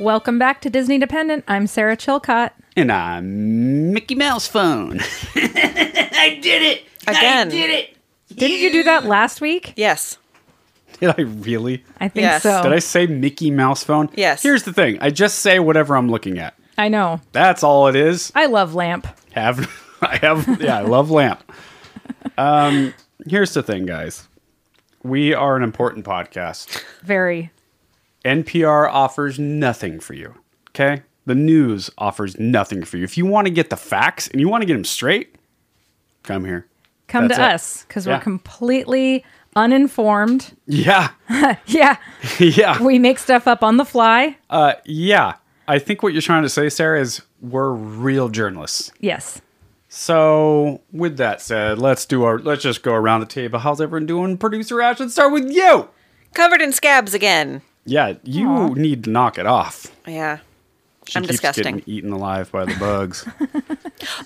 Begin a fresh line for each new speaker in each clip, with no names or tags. Welcome back to Disney Dependent. I'm Sarah Chilcott.
And I'm Mickey Mouse Phone. I did it!
Again.
I did it!
Didn't you do that last week?
Yes.
Did I really?
I think
Yes.
so.
Did I say Mickey Mouse Phone?
Yes.
Here's the thing I just say whatever I'm looking at.
I know.
That's all it is.
I love Lamp.
Have I have yeah, I love lamp. Um here's the thing, guys. We are an important podcast.
Very.
NPR offers nothing for you. Okay? The news offers nothing for you. If you want to get the facts and you want to get them straight, come here.
Come
That's
to
it.
us because
Yeah.
we're completely uninformed.
Yeah.
Yeah.
yeah.
We make stuff up on the fly.
Uh, yeah. I think what you're trying to say, Sarah, is we're real journalists.
Yes.
So, with that said, let's do our let's just go around the table. How's everyone doing? Producer Ash, let's start with you.
Covered in scabs again.
Yeah, you
Aw.
need to knock it off.
Yeah.
She
I'm
keeps
disgusting.
Getting eaten alive by the bugs.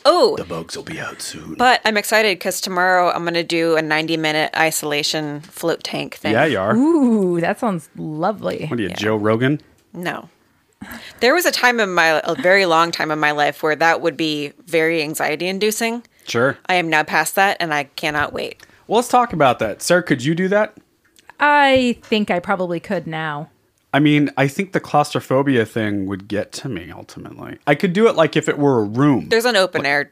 Oh,
bugs will be out soon.
but I'm excited because tomorrow I'm going to do a 90 minute isolation float tank thing.
Yeah, you are.
Ooh, that sounds lovely.
What are you, Joe Rogan?
No. There was a time in my, a very long time in my life where that would be very anxiety inducing.
Sure.
I am now past that and I cannot wait.
Well, let's talk about that. Sarah, could you do that?
I think I probably could now.
I mean, I think the claustrophobia thing would get to me ultimately. I could do it like if it were a room.
There's an open air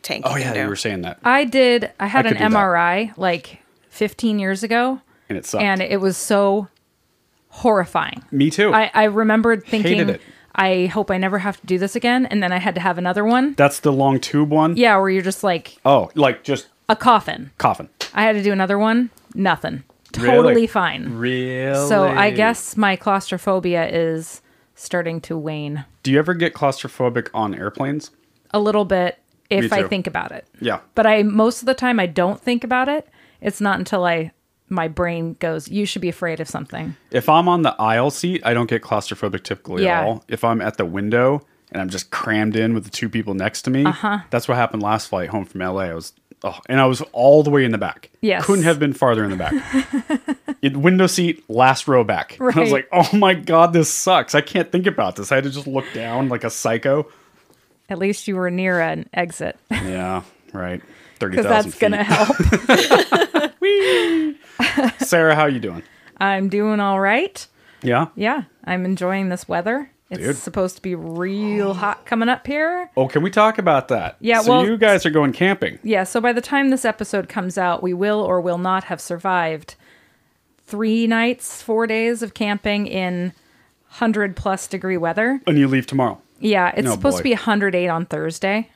tank.
oh
you
yeah,
can
you
do.
were saying that,
I did, I had
I
an
could do that.
MRI like 15 years ago,
and it sucked.
and it was so horrifying.
me too.
I, I remembered thinking,
it.
I hope I never have to do this again. And then I had to have another one.
That's the long tube one.
Yeah, where you're just like
Oh, like just
a coffin.
coffin.
I had to do another one. Nothing.
Really?
Totally fine.
Really?
So I guess my claustrophobia is starting to wane
Do you ever get claustrophobic on airplanes?
a little bit if I
too.
think about it.
Yeah.
But I most of the time I don't think about it. It's not until I my brain goes, you should be afraid of something.
If I'm on the aisle seat, I don't get claustrophobic typically
Yeah.
at all. If I'm at the window and I'm just crammed in with the two people next to me, uh-huh. that's what happened last flight home from LA. I was, oh, and I was all the way in the back.
Yes.
Couldn't have been farther in the back. it, window seat, last row back. And I was
Right.
like, oh my God, this sucks. I can't think about this. I had to just look down like a psycho.
At least you were near an exit
Yeah, right. 30,000
because that's
feet.
going to help.
Sarah, how you doing?
I'm doing all right.
Yeah.
Yeah, I'm enjoying this weather. It's
Dude.
supposed to be real hot coming up here.
Oh, can we talk about that?
Yeah,
So
well-
you guys are going camping.
Yeah, so by the time this episode comes out, we will or will not have survived three nights, four days of camping in 100 plus degree weather.
And you leave tomorrow.
Yeah, it's
No,
supposed
boy.
to be 108 on Thursday.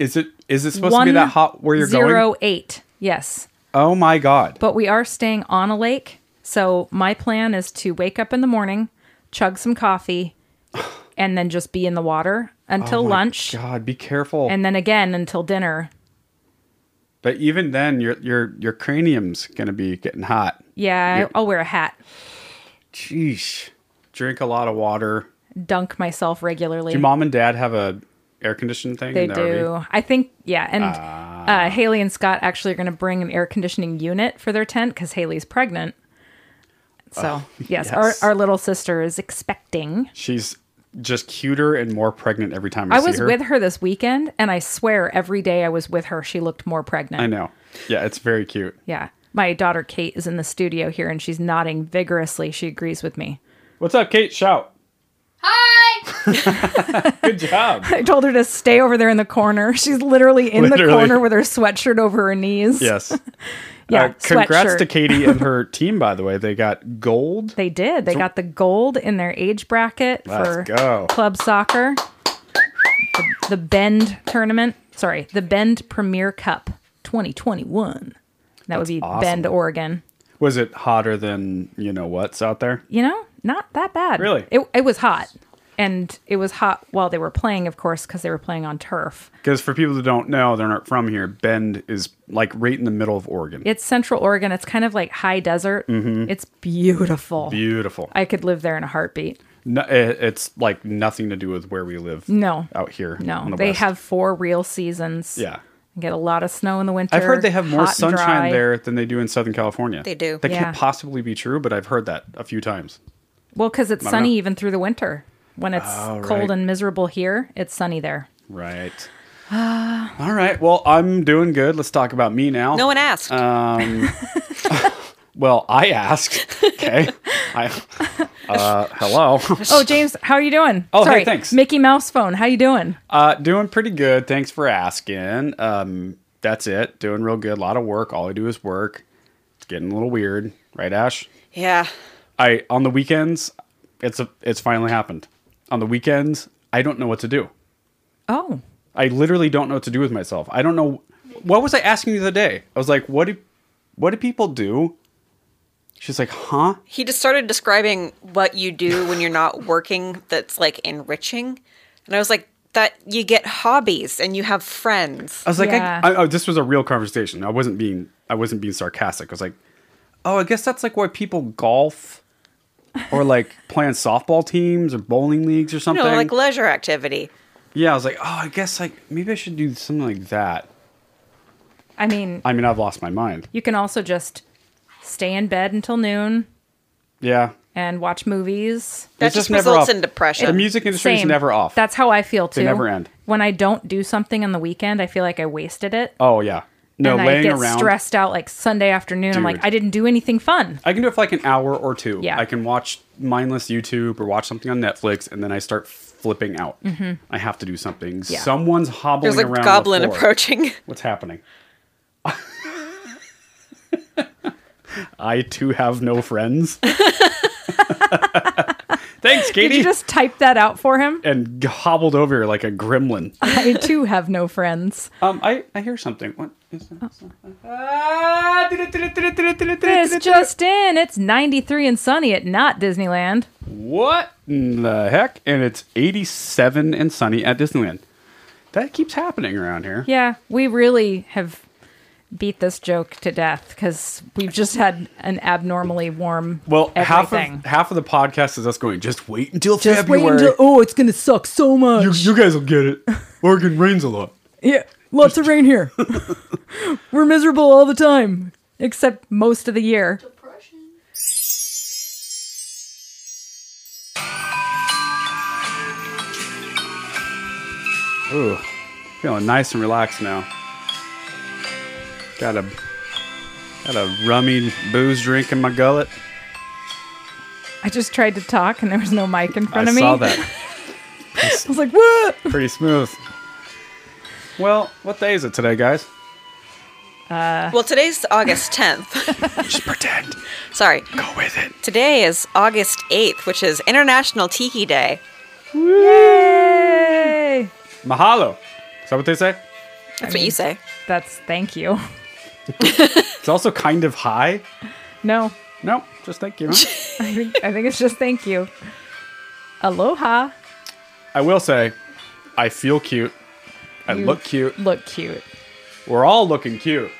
Is it is it supposed to be that hot where you're going?
08, yes.
Oh my god.
But we are staying on a lake. So my plan is to wake up in the morning, chug some coffee, and then just be in the water until
Oh my
lunch.
God, be careful.
and then again until dinner.
but even then your your your cranium's gonna be getting hot.
Yeah, I-
Yeah.
I'll wear a hat,
Jeez. Drink a lot of water.
dunk myself regularly.
Do mom and dad have a air conditioning thing?
they
in Ah. the
do.
RV?
I think, yeah. And uh, Haley and Scott actually are going to bring an air conditioning unit for their tent because Haley's pregnant. So, yes,
yes.
Our, our little sister is expecting.
She's just cuter and more pregnant every time I,
I
see
was
her.
with her this weekend, and I swear every day I was with her, she looked more pregnant.
I know. Yeah, it's very cute.
Yeah. My daughter Kate is in the studio here and she's nodding vigorously. She agrees with me.
What's up, Kate? Shout.
Hi!
Good job.
I told her to stay over there in the corner. She's literally in
Literally.
the corner with her sweatshirt over her knees.
yes.
Yeah,
Uh, congrats
sweatshirt.
to Katie and her team, by the way. They got gold.
They did. They got the gold in their age bracket
Let's
for
go.
club soccer, the, the Bend tournament. Sorry, the Bend Premier Cup 2021. That would be
awesome.
Bend, Oregon.
Was it hotter than you know what's out there?
You know, not that bad.
Really?
It, it was hot. And it was hot while they were playing, of course, because they were playing on turf.
Because for people who don't know, they're not from here. Bend is like right in the middle of Oregon.
It's Central Oregon. It's kind of like high desert.
Mm-hmm.
It's beautiful.
Beautiful.
I could live there in a heartbeat.
No, it- it's like nothing to do with where we live.
No.
out here.
No,
on the
they
west.
have four real seasons.
Yeah,
Get a lot of snow in the winter.
I've heard they have more
hot and dry.
sunshine there than they do in Southern California.
They do.
That
Yeah.
can't possibly be true, but I've heard that a few times.
Well, because it's
know.
sunny even through the winter. When it's
Oh,
cold
right.
and miserable here, it's sunny there.
Right. All right. Well, I'm doing good. Let's talk about me now.
Uh. No one asked.
Um, well, I asked. Okay. I, uh, hello.
Oh, James, how are you doing?
Oh, hey,
Sorry,
thanks.
Mickey Mouse phone. How you doing?
Uh, doing pretty good. Thanks for asking. Um, that's it. Doing real good. A lot of work. All I do is work. It's getting a little weird, right, Ash?
yeah.
I on the weekends, it's a, it's finally happened. On the weekends, I don't know what to do.
Oh,
I literally don't know what to do with myself. I don't know what was I asking you the other day. I was like, "What do what do people do?" She's like, "Huh?"
He just started describing what you do when you're not working that's like enriching. And I was like, that you get hobbies and you have friends.
I was like,
Yeah.
I, I, I- "This was a real conversation. I wasn't being I wasn't being sarcastic." I was like, "Oh, I guess that's like why people golf or like playing softball teams or bowling leagues or
You
something."
know, like leisure activity.
yeah, I was like, "Oh, I guess like maybe I should do something like that."
I mean,
I mean, I've lost my mind.
you can also just stay in bed until noon
Yeah.
and watch movies.
That
It's
just,
never
results
off.
in
The
depression.
music industry is
Same.
never off.
That's how I feel too.
never end.
When I don't do something on the weekend, I feel like I wasted it.
oh yeah. No,
and I
laying
get
around.
stressed out like Sunday afternoon. I'm like,
Dude.
I didn't do anything fun.
I can do it for like an hour or two.
Yeah.
I can watch mindless YouTube or watch something on Netflix, and then I start flipping out. I have to do something.
Mm-hmm. Yeah.
Someone's hobbling
There's a
around. the
goblin
floor.
approaching.
What's happening? I too have no friends. Thanks,
Did
Katie.
you just type that out for him?
and hobbled over here like a gremlin.
I too have no friends.
Um, I, I hear something. What is
Oh.
that?
This just in, it's 93 and sunny at not Disneyland.
What in the heck? And it's 87 and sunny at Disneyland. That keeps happening around here.
Yeah, we really have beat this joke to death because we've just had an abnormally warm
Well, half
everything.
of, half of the podcast is us going, just wait until
just wait
February.
until oh, it's gonna suck so much.
you, you guys will get it. Oregon rains a lot.
Yeah, lots of rain here. We're miserable all the time, except most of the year.
Depression.
Ooh, feeling nice and relaxed now. Got a got a rummy booze drink in my gullet.
I just tried to talk and there was no mic in front
I
of me.
saw that.
I was like, what?
Pretty smooth. Well, what day is it today, guys?
Well, today's August 10th.
Just pretend.
Sorry.
Go with it.
Today is August 8th, which is International Tiki Day.
Yay!
Mahalo. Is that what they say?
That's what you say.
That's thank you.
It's also kind of high.
No,
No, just thank you.
I think, I think it's just thank you. Aloha.
I will say, I feel cute. I
You
look cute.
Look cute.
We're all looking cute.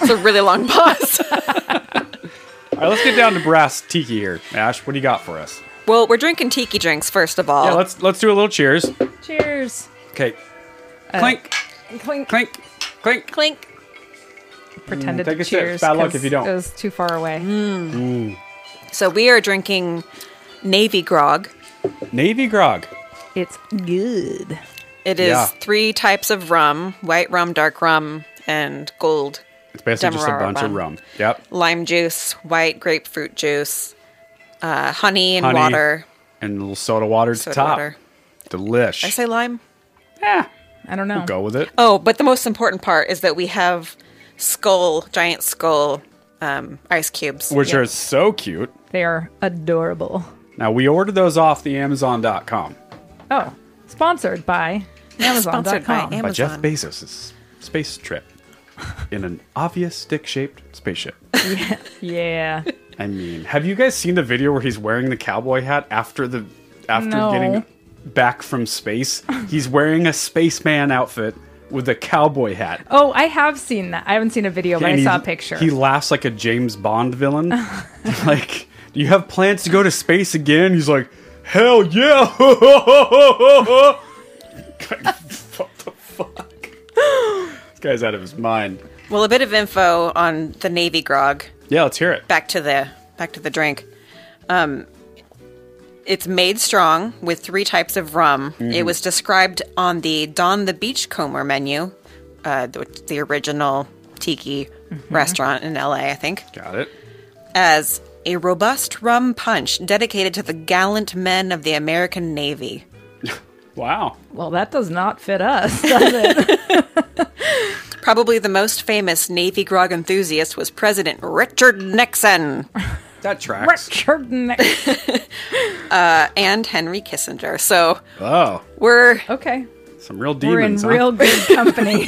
It's a really long pause.
All right, let's get down to brass tiki here. Ash, what do you got for us?
well, we're drinking tiki drinks, first of all.
Yeah, let's let's do a little cheers.
Cheers.
Okay. Clink,
Clink.
clink, clink.
Clink.
Pretended
Mm, take
to
a sip.
cheers.
Bad luck
'cause
if you don't.
It was too far away.
So we are drinking Navy Grog.
Navy grog.
It's good.
It is
Yeah.
three types of rum white rum, dark rum, and gold.
It's basically just a
Demerara
bunch of
rum.
rum. Yep.
Lime juice, white grapefruit juice, uh, honey and
Honey.
water.
And a little soda water to
Soda
top.
water.
Delish.
Did I say lime?
yeah.
I don't know.
Go with it.
Oh, but the most important part is that we have skull, giant skull um, ice cubes.
Which are so cute.
They are adorable.
Now we ordered those off the Amazon.com
Oh, sponsored by Amazon.com.
Sponsored by Am-
by Jeff
Amazon.
Bezos' space trip in an obvious stick-shaped spaceship.
yeah.
I mean, have you guys seen the video where he's wearing the cowboy hat after the after
No.
getting back from space? He's wearing a spaceman outfit with a cowboy hat.
Oh, I have seen that. I haven't seen a video, but
And
I
he-
saw a picture.
He laughs like a James Bond villain. like, do you have plans to go to space again? He's like, hell yeah! what the fuck? this guy's out of his mind.
Well, a bit of info on the Navy Grog.
Yeah, let's hear it.
Back to the back to the drink. Um, It's made strong with three types of rum. It was described on the Don the Beachcomber menu, uh, the, the original tiki restaurant in LA, I think,
Got it.
as a robust rum punch dedicated to the gallant men of the American Navy.
Wow.
Well, that does not fit us, does it?
Probably the most famous Navy grog enthusiast was President Richard Nixon
That tracks.
Richard Nixon.
and Henry Kissinger. So
Oh,
we're
Okay.
some real demons.
We're in
huh?
real good company.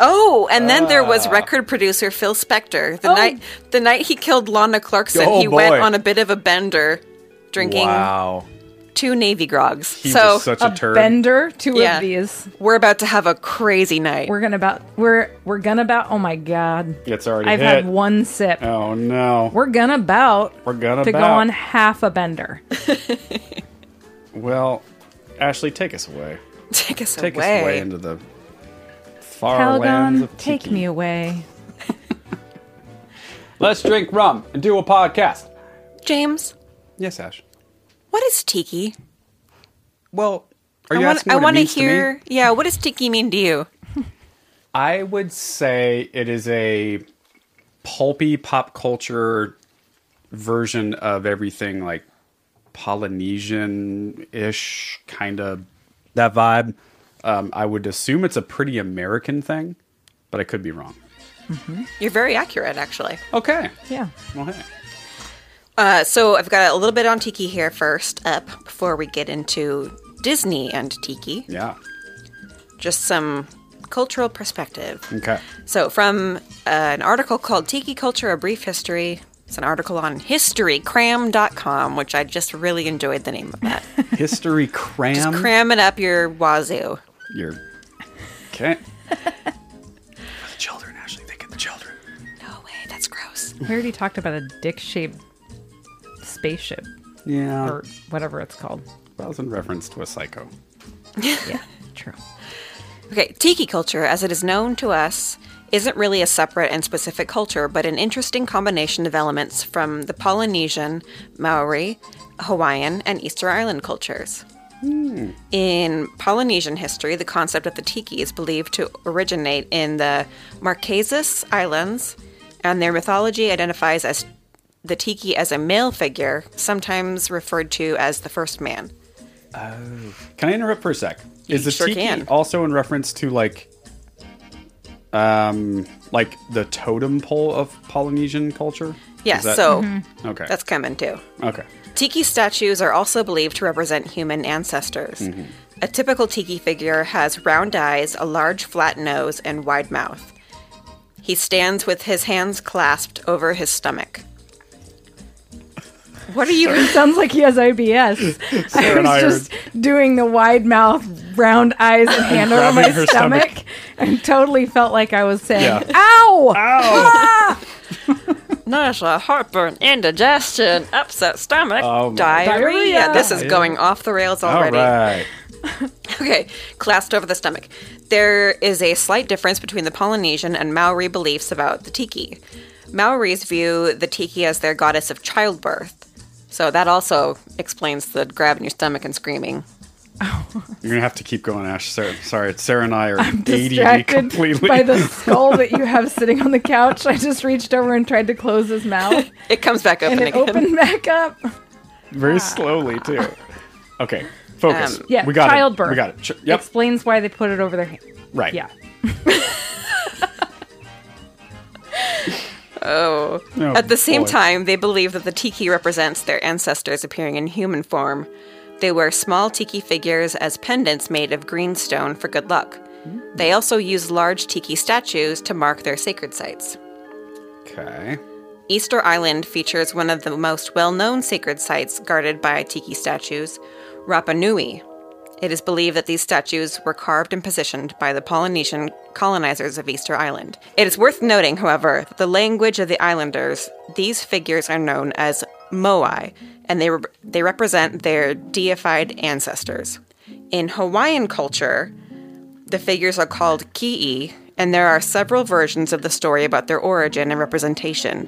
Oh, and then there
Ah.
was record producer Phil Spector. The
Oh.
night the night he killed Lana Clarkson,
Oh,
he went
boy.
on a bit of a bender, drinking
Wow.
two Navy grogs.
He
so
was such a,
a
turd.
bender, two
Yeah.
of these.
we're about to have a crazy night.
We're gonna about we're we're gonna about oh my god.
It's already
I've
hit.
had one sip.
Oh no.
We're gonna about
We're gonna
to go
about.
on half a bender.
well, Ashley, take us away.
take us
Take
away.
us away into the far lands
Calgon,
of
take
tiki.
me away.
Let's drink rum and do a podcast.
James,
Yes, Ash.
what is tiki?
Well, are you
I want
asking what
to
it means to me?
hear Yeah, what does tiki mean to you?
I would say it is a pulpy pop culture version of everything like Polynesian ish kind of that vibe. Um, I would assume it's a pretty American thing, but I could be wrong.
You're very accurate actually.
Okay.
Yeah.
Well, hey.
Uh, so I've got a little bit on tiki here first up before we get into Disney and tiki.
Yeah.
Just some cultural perspective.
Okay.
So, from uh, an article called Tiki Culture A Brief History, it's an article on historycram.com, which I just really enjoyed the name of that.
History cram.
Cramming up your wazoo.
You're okay. For the children, Ashley. They get the children.
No way, that's gross.
We already talked about a dick shaped spaceship
Yeah.
or whatever it's called.
that was in reference to a psycho.
Yeah. True.
Okay, tiki culture, as it is known to us, isn't really a separate and specific culture, but an interesting combination of elements from the Polynesian, Maori, Hawaiian, and Easter Island cultures. In Polynesian history, the concept of the tiki is believed to originate in the Marquesas Islands, and their mythology identifies as the tiki as a male figure, sometimes referred to as the first man.
Can I interrupt for a sec? Is the
sure
tiki
can.
also in reference to like, um, like the totem pole of Polynesian culture?
Yeah,
Is that- Mm-hmm.
so
okay,
that's coming too.
okay.
Tiki statues are also believed to represent human ancestors. A typical tiki figure has round eyes, a large flat nose, and wide mouth. He stands with his hands clasped over his stomach. What are you?
Sounds like he has IBS. I
and I
was
are-
just doing the wide mouth, round eyes, and hand over my
grabbing her stomach.
stomach, and totally felt like I was saying,
Yeah.
"Ow!"
Nausea, heartburn, indigestion, upset stomach, diarrhea.
Diarrhea.
This is going off the rails
All
already.
right.
Okay, clasped over the stomach. There is a slight difference between the Polynesian and Maori beliefs about the tiki. Maoris view the tiki as their goddess of childbirth. So that also explains the grabbing your stomach and screaming.
You're gonna have to keep going, Ash. Sarah, sorry, Sarah and I are ADD
distracted
completely.
by the skull that you have sitting on the couch. I just reached over and tried to close his mouth,
It comes back open
and it
again.
opened back up.
Very slowly too. Okay, focus.
Um,
Yeah,
we got
childbirth.
It. We got it. Ch- yep.
Explains why they put it over their hand.
right.
Yeah.
Oh.
Oh,
At the same
boy.
time, they believe that the tiki represents their ancestors appearing in human form. They wear small tiki figures as pendants made of green stone for good luck.
Hmm.
They also use large tiki statues to mark their sacred sites.
Okay.
Easter Island features one of the most well known sacred sites guarded by tiki statues, Rapa Nui. It is believed that these statues were carved and positioned by the Polynesian colonizers of Easter Island. It is worth noting, however, that the language of the islanders, these figures are known as moai, and they, re- they represent their deified ancestors. In Hawaiian culture, the figures are called ki'i and there are several versions of the story about their origin and representation.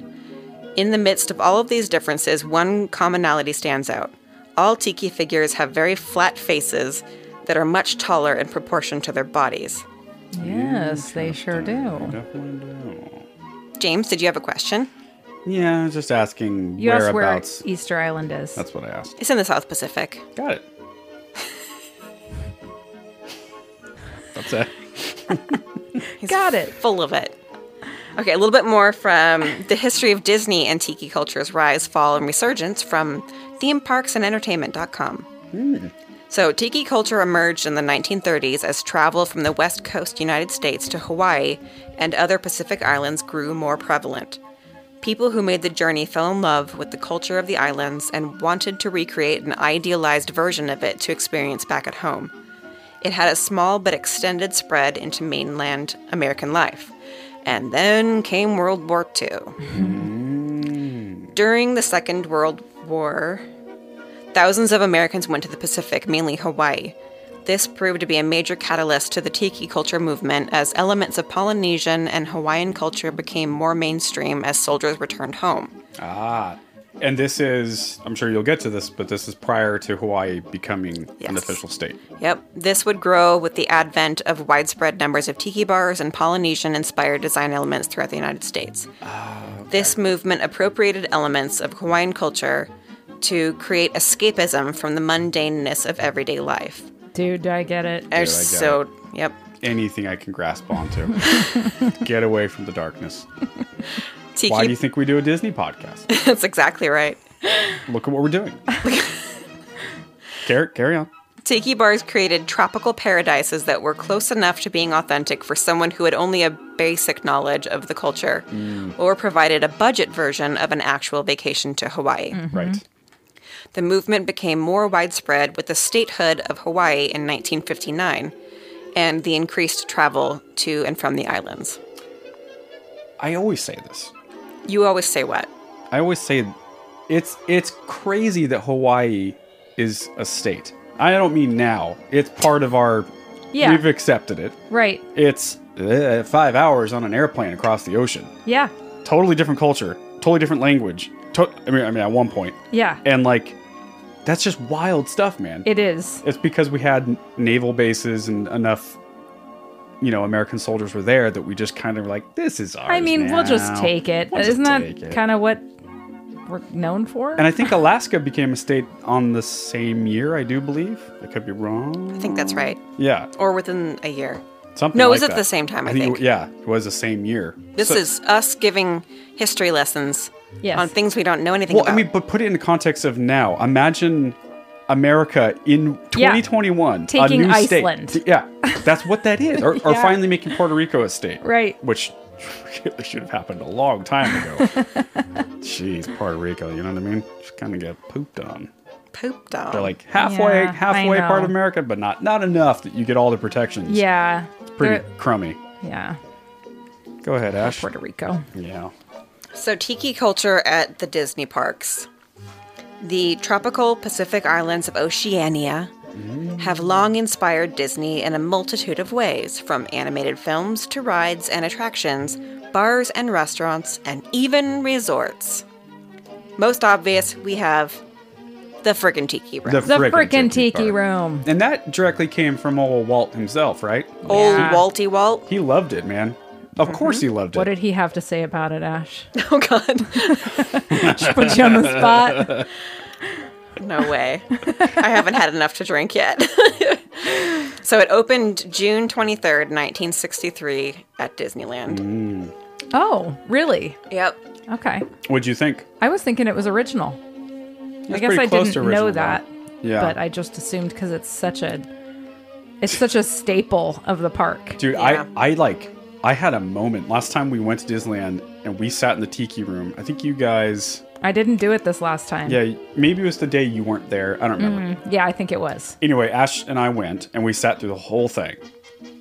In the midst of all of these differences, one commonality stands out. All tiki figures have very flat faces that are much taller in proportion to their bodies.
Yes, they sure do.
Definitely do.
James, did you have a question?
Yeah, I was just asking
You asked where
whereabouts.
Easter Island is.
That's what I asked.
It's in the South Pacific.
Got it. That's it.
He's
Got it.
Full of it. Okay, a little bit more from the history of Disney and tiki culture's rise, fall, and resurgence from themeparksandentertainment.com.
Hmm.
So, tiki culture emerged in the 1930s as travel from the west coast United States to Hawaii and other Pacific islands grew more prevalent. People who made the journey fell in love with the culture of the islands and wanted to recreate an idealized version of it to experience back at home. It had a small but extended spread into mainland American life. And then came World War II. During the Second World War, thousands of Americans went to the Pacific, mainly Hawaii. This proved to be a major catalyst to the tiki culture movement as elements of Polynesian and Hawaiian culture became more mainstream as soldiers returned home.
Ah. And this is, I'm sure you'll get to this, but this is prior to Hawaii becoming
Yes.
an official state.
Yep, this would grow with the advent of widespread numbers of tiki bars and Polynesian inspired design elements throughout the United States.
Ah,
This movement appropriated elements of Hawaiian culture to create escapism from the mundaneness of everyday life.
Dude, I get it.
They're
get
so, yep.
Anything I can grasp onto. Get away from the darkness.
Tiki,
Why do you think we do a Disney podcast?
that's exactly right.
Look at what we're doing. carry, carry on.
Tiki bars created tropical paradises that were close enough to being authentic for someone who had only a basic knowledge of the culture
Mm.
or provided a budget version of an actual vacation to Hawaii.
Right.
The movement became more widespread with the statehood of Hawaii in 1959 and the increased travel to and from the islands.
I always say this.
You always say what?
I always say it's it's crazy that Hawaii is a state. I don't mean now. It's part of our
Yeah.
we've accepted it.
Right.
It's uh, 5 hours on an airplane across the ocean.
Yeah.
Totally different culture, totally different language. To- I mean I mean at one point.
Yeah.
And like that's just wild stuff, man.
It is.
it's because we had naval bases and enough you know, American soldiers were there that we just kind of were like this is ours.
I mean, we'll just
now.
take it.
We'll just
not
take it.
that kind of what we're known for?
And I think Alaska became a state on the same year, I do believe. I could be
I
wrong.
think that's right.
Yeah,
Or within a year.
something.
No, it
like
was at
that.
the same time, I think.
It, yeah, it was the same year.
This
So-
is us giving history lessons
Yes.
on things we don't know anything
well.
about.
I mean, but put it in the context of now. Imagine America in
Yeah.
2021 a
Taking
new state.
Iceland.
T- Yeah, that's what that is. Or, or
Yeah.
finally making Puerto Rico a state.
Right.
Which should have happened a long time ago. Jeez, Puerto Rico. You know what I mean? Just kind of get pooped on.
pooped on.
They're like halfway,
Yeah, I
halfway part
know.
of America, but not not enough that you get all the protections.
yeah.
pretty
They're-
crummy.
Yeah.
Go ahead, Ash.
Puerto Rico.
Yeah.
So, tiki culture at the Disney parks. The tropical Pacific islands of Oceania have long inspired Disney in a multitude of ways, from animated films to rides and attractions, bars and restaurants, and even resorts. Most obvious, we have the friggin' tiki room.
The
frickin'
frickin' tiki
bar.
room.
And that directly came from old Walt himself, right?
Old
Yeah.
Walty Walt.
He loved it, man. Of course he loved
Mm-hmm. What
it.
did he have to say about it, Ash?
Oh, God.
Just put you on the spot.
No way. I haven't had enough to drink yet. so it opened June 23rd, 1963 at Disneyland.
Oh, really?
Yep.
Okay.
What'd you think?
I was thinking it was original. I
That's
guess
pretty
I
close
didn't
to
know
original,
that,
though. Yeah.
but I just assumed because it's such a it's such a staple of the park.
Dude,
Yeah.
I, I like, I had a moment last time we went to Disneyland and we sat in the tiki room. I think you guys,
I didn't do it this last time.
yeah, maybe it was the day you weren't there. I don't remember.
Yeah, I think it was.
Anyway, Ash and I went and we sat through the whole thing,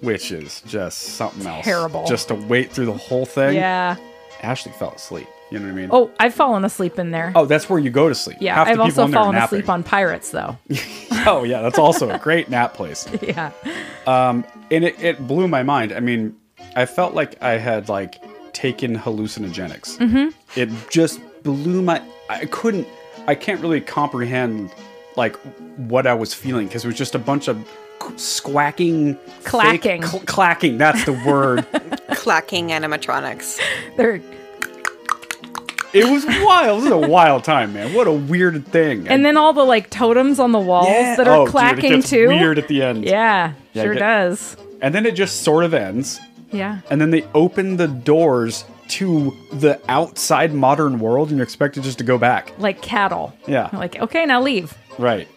which is just something else.
Terrible.
Just to wait through the whole thing.
Yeah.
Ashley fell asleep. You know what I mean?
Oh, I've fallen asleep in there.
Oh, that's where you go to sleep.
yeah.
Half the
I've
people
also
in there are
fallen
napping.
asleep on pirates though.
Oh, yeah, that's also a great nap place.
yeah.
And it, it blew my mind. I mean, I felt like I had like taken hallucinogenics.
Mm-hmm.
It just blew my. I couldn't. I can't really comprehend like what I was feeling because it was just a bunch of squacking, fake-
Clacking.
cl- clacking. That's the word.
clacking animatronics.
They're
it was wild. This is a wild time, man. What a weird thing.
and then all the like totems on the walls
Yeah.
that are
Oh, dude, it
clacking
gets
too.
Weird at the end.
Yeah,
Yeah,
sure
get-
does.
And then it just sort of ends.
Yeah.
and then they open the doors to the outside modern world and you're expected just to go back
Like cattle.
Yeah.
Like, okay, now leave.
right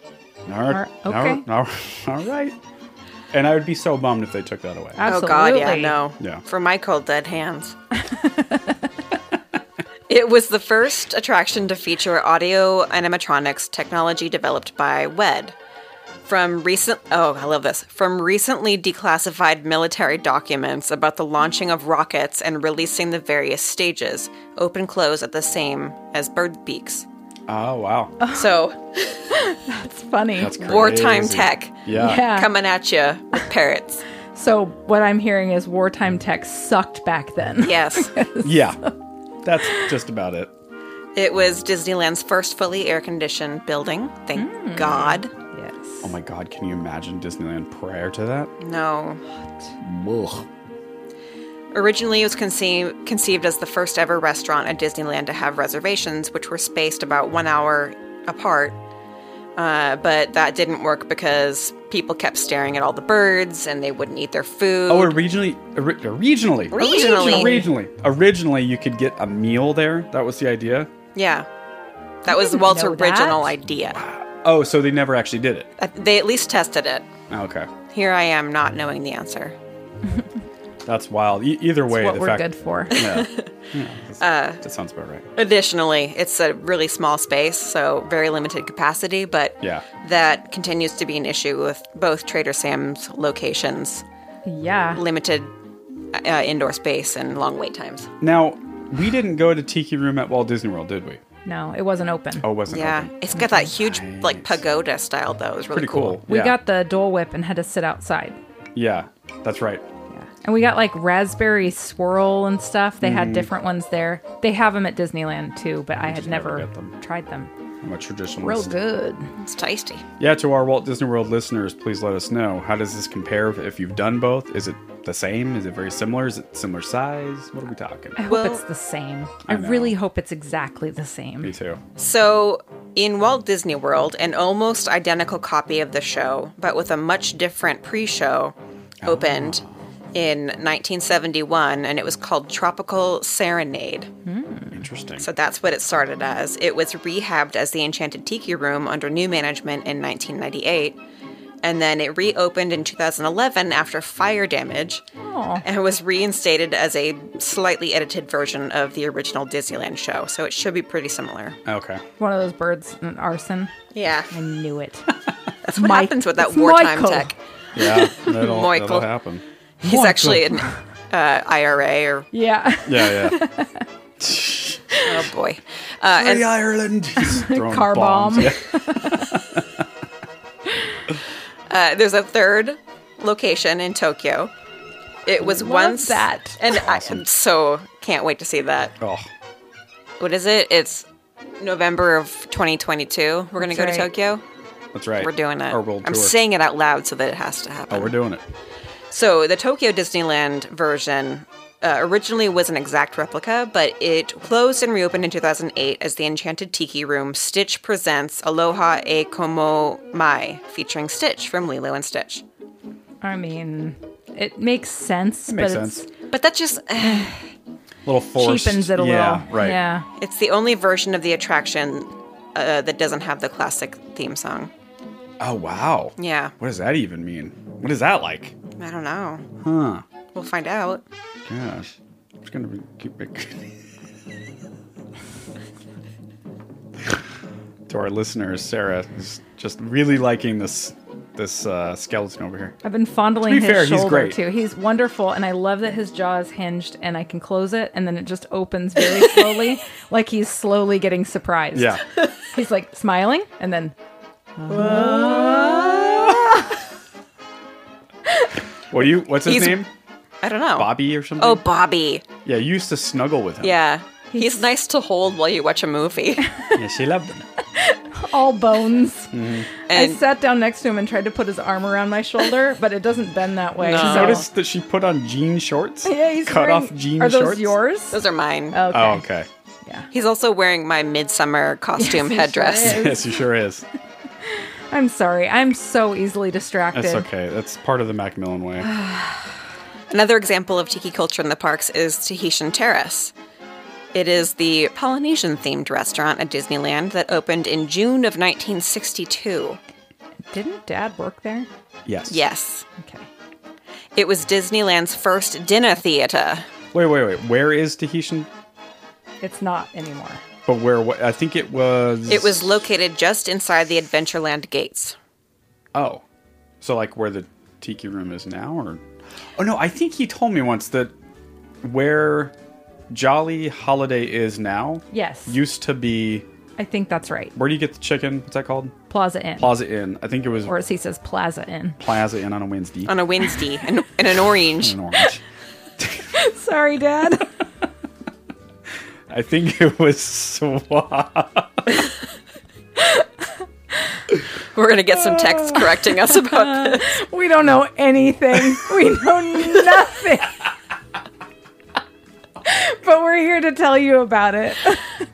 all right
Or- okay.
all right, all right and i would be so bummed if they took that away
Absolutely.
Oh God, yeah, no.
Yeah.
For my cold dead hands. it was the first attraction to feature audio animatronics technology developed by WED. From recent oh, I love this. From recently declassified military documents about the launching of rockets and releasing the various stages, open close at the same as bird beaks.
oh wow
So
It's funny.
that's crazy.
wartime tech
yeah,
Yeah.
coming at you with parrots.
So what I'm hearing is wartime tech sucked back then.
Yes.
yeah. that's just about it
It was Disneyland's first fully air conditioned building. Thank
Hmm.
God.
Yes.
oh my god can you imagine disneyland prior to that
No.
Ugh.
Originally, it was conceive- conceived as the first ever restaurant at Disneyland to have reservations, which were spaced about one hour apart. Uh, but that didn't work because people kept staring at all the birds and they wouldn't eat their food.
oh originally ori- originally
Regionally.
originally originally you could get a meal there that was the idea
yeah. That was
didn't
Walt's
know that.
original idea.
oh so they never actually did it
Uh, They at least tested it.
okay
Here I am not knowing the answer.
that's wild E- either way
what
the
we're
fact
good for.
Yeah.
Uh,
that sounds about right.
Additionally, it's a really small space, so very limited capacity, but
Yeah.
that continues to be an issue with both Trader Sam's locations,
yeah.
limited uh, indoor space and long wait times.
Now, we didn't go to Tiki Room at Walt Disney World, did we?
No, it wasn't open.
Oh, it wasn't
Yeah,
open.
it's got that huge like pagoda style though. It was really
Pretty cool.
we
yeah.
got the Dole Whip and had to sit outside.
Yeah, that's right.
Yeah. And we got like raspberry swirl and stuff. They
Mm.
had different ones there. They have them at Disneyland too, but I had
never
never,
got them.
tried them.
I'm a traditionalist.
Real good.
It's tasty.
Yeah, to our Walt Disney World listeners, please let us know. How does this compare if you've done both? Is it the same? Is it very similar? Is it similar size? What are we talking?
I hope
Well-
it's the same. I,
know.
really hope it's exactly the
Me
same.
too.
So, in Walt Disney World, an almost identical copy of the show, but with a much different pre show, opened
Oh.
in 1971, and it was called Tropical Serenade.
Interesting.
So, that's what it started as. It was rehabbed as the Enchanted Tiki Room under new management in 1998. And then it reopened in 2011 after fire damage
Oh,
and was reinstated as a slightly edited version of the original Disneyland show. So it should be pretty similar.
okay.
one of those birds, an arson.
Yeah.
I knew it.
That's what
Mike-
happens with that
it's
wartime
Michael.
tech.
Yeah, that'll,
Michael.
that'll happen.
He's actually an uh, IRA or
yeah.
Yeah, yeah.
oh boy, uh,
Free
and
Ireland. He's throwing
Car
bombs.
bomb.
Yeah.
uh, there's a third location in Tokyo. It was once
that.
and I so can't wait to see that.
Oh,
What is it? It's November of 2022. We're gonna go
That's
to
right.
Tokyo.
that's right.
We're doing it.
Our world
I'm
tour.
saying it out loud so that it has to happen.
Oh, we're doing it.
So the Tokyo Disneyland version uh, originally was an exact replica, but it closed and reopened in 2008 as the Enchanted Tiki Room. Stitch presents Aloha e Komo Mai, featuring Stitch from Lilo and Stitch.
I mean, it makes sense,
It makes
but
sense.
it's
But that just
A little forced.
cheapens it a
yeah,
little.
Right.
Yeah.
it's the only version of the attraction uh, that doesn't have the classic theme song.
Oh wow.
Yeah,
What does that even mean? What is that like?
I don't know.
Huh.
We'll find out.
Gosh. It's gonna be keep it. to our listeners, Sarah is just really liking this this uh, skeleton over here.
I've been fondling
To be
his
fair, he's
shoulder
great.
too. He's wonderful, and I love that his jaw is hinged, and I can close it, and then it just opens very slowly, like he's slowly getting surprised.
Yeah.
he's like smiling, and then
What do you? What's his
He's-
name?
I don't know.
Bobby or something.
Oh, Bobby.
yeah, you used to snuggle with him.
Yeah. He's nice to hold while you watch a movie.
yeah she loved him.
all bones.
Hmm.
I
And
sat down next to him and tried to put his arm around my shoulder, but it doesn't bend that way.
No.
so-
Notice that she put on jean shorts.
yeah, he's
cut
wearing-
off jean
Are those
shorts.
yours?
those are mine.
Okay.
Oh, okay.
He's also wearing my midsummer costume
he sure
headdress.
is.
Yes, he sure is.
I'm sorry. I'm so easily distracted.
That's okay. That's part of the Macmillan way.
Another example of tiki culture in the parks is Tahitian Terrace. It is the Polynesian themed restaurant at Disneyland that opened in June of 1962.
Didn't Dad work there?
Yes.
Yes,
Okay.
it was Disneyland's first dinner theater.
Wait, wait, wait. Where is Tahitian?
It's not anymore.
But where? wa- I think it was.
It was located just inside the Adventureland gates.
Oh, so like where the tiki room is now, or? Oh no, I think he told me once that where Jolly Holiday is now
Yes.
used to be.
I think that's right.
Where do you get the chicken? What's that called?
Plaza Inn.
Plaza Inn. I think it was
Or as he says, Plaza Inn.
Plaza Inn on a Wednesday.
On a Wednesday, in, in an orange.
in Orange.
Sorry, Dad.
I think it was Swab.
We're gonna get some texts correcting us about this.
we don't know anything. We know nothing. but we're here to tell you about it.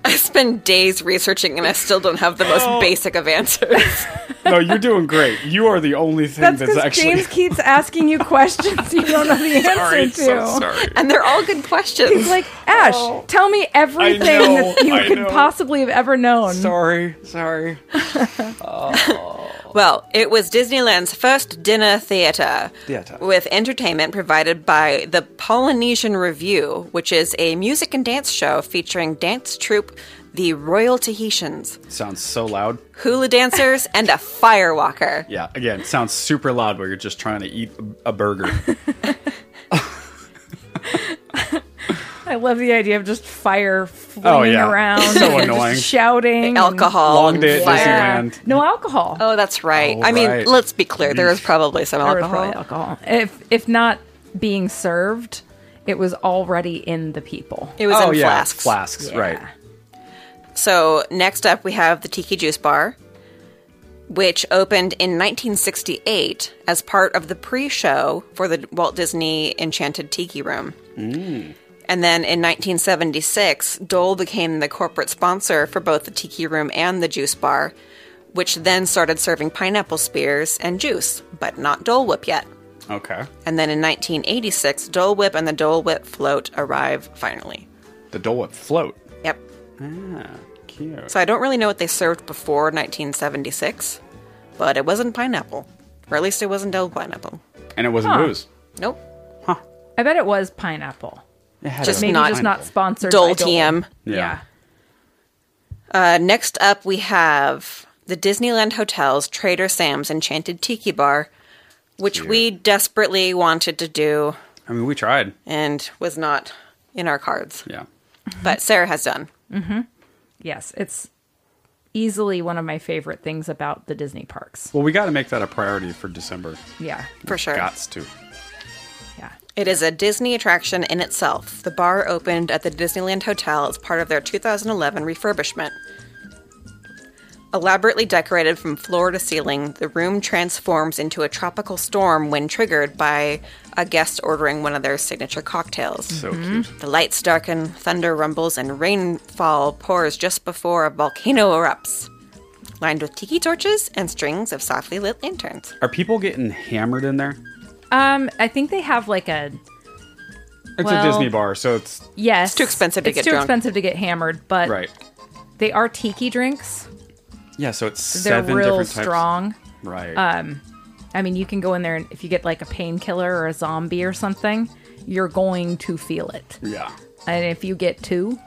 I spend days researching, and I still don't have the most basic of answers.
No, you're doing great. You are the only thing
That's
that's,
because
actually.
James keeps asking you questions you don't know the answer
sorry,
to.
so sorry. Oh.
And they're all good questions.
It's like, Ash, tell me everything
know,
that you
I
could
know.
possibly have ever known.
Sorry, sorry.
Well, it was Disneyland's first dinner theater,
Theater.
with entertainment provided by the Polynesian Review, which is a music and dance show featuring dance troupe the Royal Tahitians,
Sounds so loud.
hula dancers, and a firewalker.
Yeah, again, sounds super loud where you're just trying to eat a burger.
I love the idea of just fire flinging
Oh, yeah.
around,
So
and just
annoying.
shouting,
Alcohol.
Long
and
day at
fire.
Yeah.
Disneyland.
No alcohol.
Oh, that's right.
Oh,
I mean,
right.
let's be clear. There was probably some
There was
alcohol.
probably alcohol. If if not being served, it was already in the people.
It was
oh,
in
yeah.
flasks.
Flasks, right.
Yeah.
So next up, we have the Tiki Juice Bar, which opened in 1968 as part of the pre-show for the Walt Disney Enchanted Tiki Room.
Mm.
And then in 1976, Dole became the corporate sponsor for both the Tiki Room and the Juice Bar, which then started serving pineapple spears and juice, but not Dole Whip yet.
Okay.
And then in 1986, Dole Whip and the Dole Whip float arrive finally.
The Dole Whip float.
Yep.
Ah, cute.
So I don't really know what they served before 1976, but it wasn't pineapple. Or at least it wasn't Dole pineapple.
And it wasn't
Huh.
booze.
Nope.
I bet it was pineapple.
It had
Just
a-
Maybe
Not
just not sponsored.
Dole
by
TM.
Yeah.
Yeah.
Uh, next up, we have the Disneyland Hotel's Trader Sam's Enchanted Tiki Bar, which we desperately wanted to do
I mean, we tried.
and was not in our cards,
Yeah.
but Sarah has done.
Yes, it's easily one of my favorite things about the Disney parks.
Well, we got to make that a priority for December.
Yeah.
For sure.
Gots to.
Yeah.
It is a Disney attraction in itself. The bar opened at the Disneyland Hotel as part of their 2011 refurbishment. Elaborately decorated from floor to ceiling, the room transforms into a tropical storm when triggered by a guest ordering one of their signature cocktails.
So
Mm-hmm.
cute.
The lights darken, thunder rumbles, and rainfall pours just before a volcano erupts, lined with tiki torches and strings of softly lit lanterns.
Are people getting hammered in there?
Um, I think they have like a
It's
Well-
a Disney bar, so it's
yes. It's
too expensive to get
too
drunk.
expensive to get hammered, but
right.
they are tiki drinks.
Yeah, so it's
They're
seven
real
different types.
strong. uh,
Right.
I mean, you can go in there and if you get like a painkiller or a zombie or something, you're going to feel it.
yeah.
And if you get two,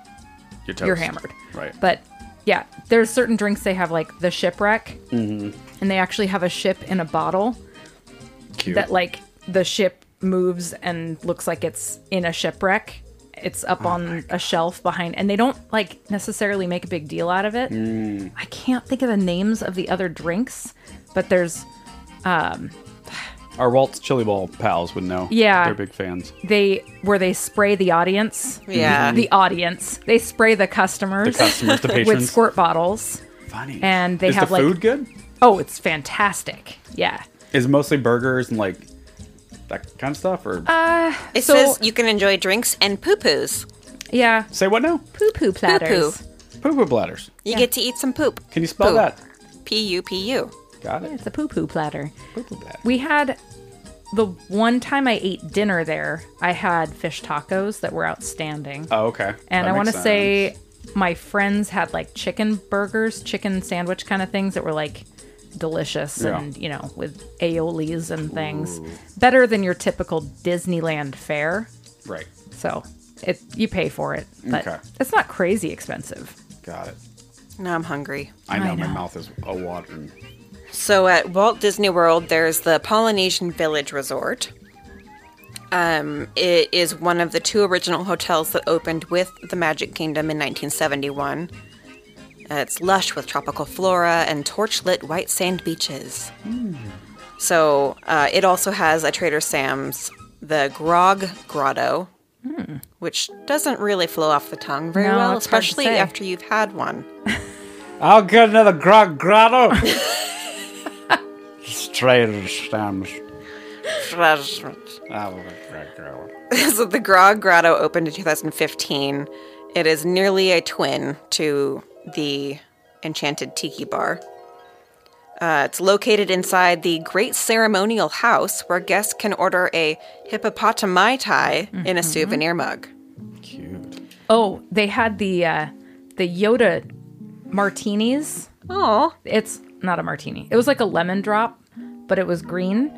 You're,
you're
toast.
hammered.
Right.
But yeah, there's certain drinks they have like the shipwreck, and they actually have a ship in a bottle
cute.
that like the ship moves and looks like it's in a shipwreck. It's up on a shelf behind, and they don't like necessarily make a big deal out of it. I can't think of the names of the other drinks, but there's
our Walt's Chili Ball pals would know.
Yeah.
They're big fans.
They where they spray the audience.
Yeah.
The audience. They spray the customers,
Customers, Mm. the
with
patrons.
squirt bottles.
Funny.
and they
Is
have,
the
like-
food good?
Oh, it's fantastic. Yeah.
Is it mostly burgers and like that kind of stuff? Or
Uh,
It
So-
says you can enjoy drinks and poo poos.
Yeah.
say what now?
Poo poo platters.
Poo poo bladders.
You get to eat some poop.
Can you spell
Poo.
that?
P U P U.
Got it.
It's a poo poo platter.
Poo poo bladder.
We had the one time I ate dinner there, I had fish tacos that were outstanding.
oh, okay.
and
That
I want to
makes
say my friends had like chicken burgers, chicken sandwich kind of things that were like delicious
Yeah.
and, you know, with aiolis and things. Better than your typical Disneyland fare.
sense. Right.
So it you pay for it. But
Okay.
it's not crazy expensive.
Got it.
Now I'm hungry.
I know,
I
my
know.
mouth is a watering.
So at Walt Disney World, there's the Polynesian Village Resort. Um, it is one of the two original hotels that opened with the Magic Kingdom in 1971. Uh, it's lush with tropical flora and torch-lit white sand beaches.
Hmm.
So uh, it also has a Trader Sam's, the Grog Grotto, which doesn't really flow off the tongue very
Hmm. No,
well,
it's hard to
especially
say.
after you've had one.
I'll get another grog grotto. Strayer stems.
so the Grog Grotto opened in 2015. It is nearly a twin to the Enchanted Tiki Bar. Uh, it's located inside the Great Ceremonial House, where guests can order a hippopotami tie in
Mm-hmm.
a souvenir mug.
Cute.
Oh, they had the uh, the Yoda martinis.
Oh,
It's not a martini. It was like a lemon drop, but it was green,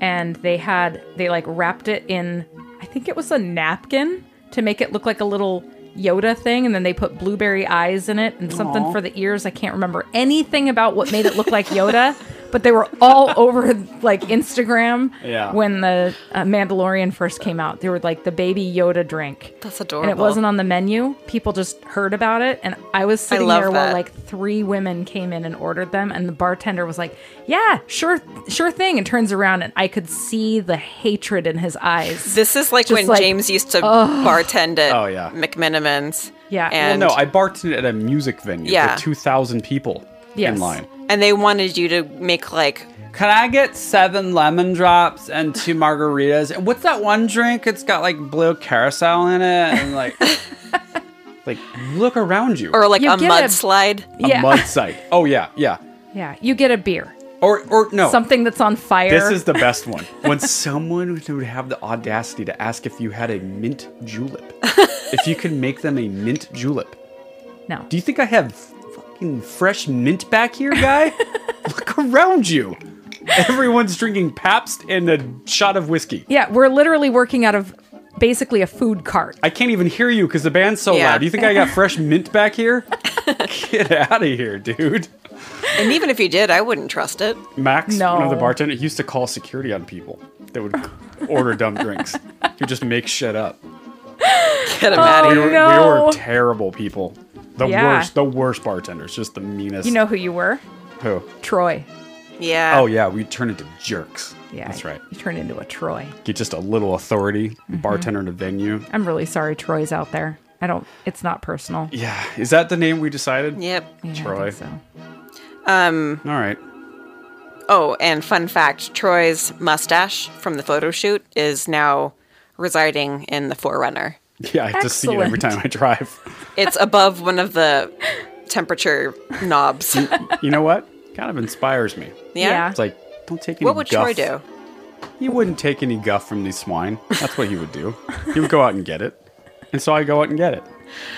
and they had they like wrapped it in I think it was a napkin to make it look like a little Yoda thing, and then they put blueberry eyes in it and something for the ears. I can't remember anything about what made it look like Yoda. But they were all over like Instagram
Yeah.
when the uh, Mandalorian first came out. They were like the baby Yoda drink.
that's adorable.
and it wasn't on the menu. People just heard about it, and I was sitting
love
there
that.
while like three women came in and ordered them, and the bartender was like, "Yeah, sure, sure thing," and turns around, and I could see the hatred in his eyes.
This is like
Just
when
like-
James used to bartend at
Oh, yeah.
McMenamin's.
Yeah. Well,
Well,
and
no, I bartended at a music venue
Yeah.
with 2,000 people
Yes.
in line.
and they wanted you to make like
Can I get seven lemon drops and two margaritas? And what's that one drink? It's got like blue carousel in it and like like look around you.
or like
You
a
get a-
mudslide.
a
yeah,
mud site. Oh yeah, yeah.
yeah, you get a beer,
Or or no.
something that's on fire.
This is the best one. When someone would have the audacity to ask if you had a mint julep. if you could make them a mint julep.
no.
Do you think I have fucking fresh mint back here, guy? Look around you. Everyone's drinking Pabst and a shot of whiskey.
yeah, we're literally working out of basically a food cart.
I can't even hear you because the band's so
Yeah.
loud. You think I got fresh mint back here? Get out of here, dude.
And even if you did, I wouldn't trust it.
Max, one of the
No.
bartenders, used to call security on people that would order dumb drinks. He just make shit up.
Get him out of
We
here.
were, we
Oh, no.
were terrible people. The
Yeah.
worst, the worst bartenders, just the meanest.
You know who you were,
who?
Troy.
Yeah.
Oh yeah, we turn into jerks.
Yeah,
that's right.
You turned into a Troy.
Get just a little authority,
Mm-hmm.
bartender in a venue.
I'm really sorry, Troy's out there. I don't. It's not personal.
Yeah, is that the name we decided?
Yep.
Yeah, I think
Troy.
so.
All right.
Oh, and fun fact Troy's mustache from the photo shoot is now residing in the Forerunner.
Yeah, I just see it every time I drive.
It's above one of the temperature knobs. Yeah.
You know what? Kind of inspires me.
Yeah.
It's like, don't take any
What would
guff.
Troy do?
He wouldn't take any guff from these swine. That's what he would do. He would go out and get it. And so I go out and get it.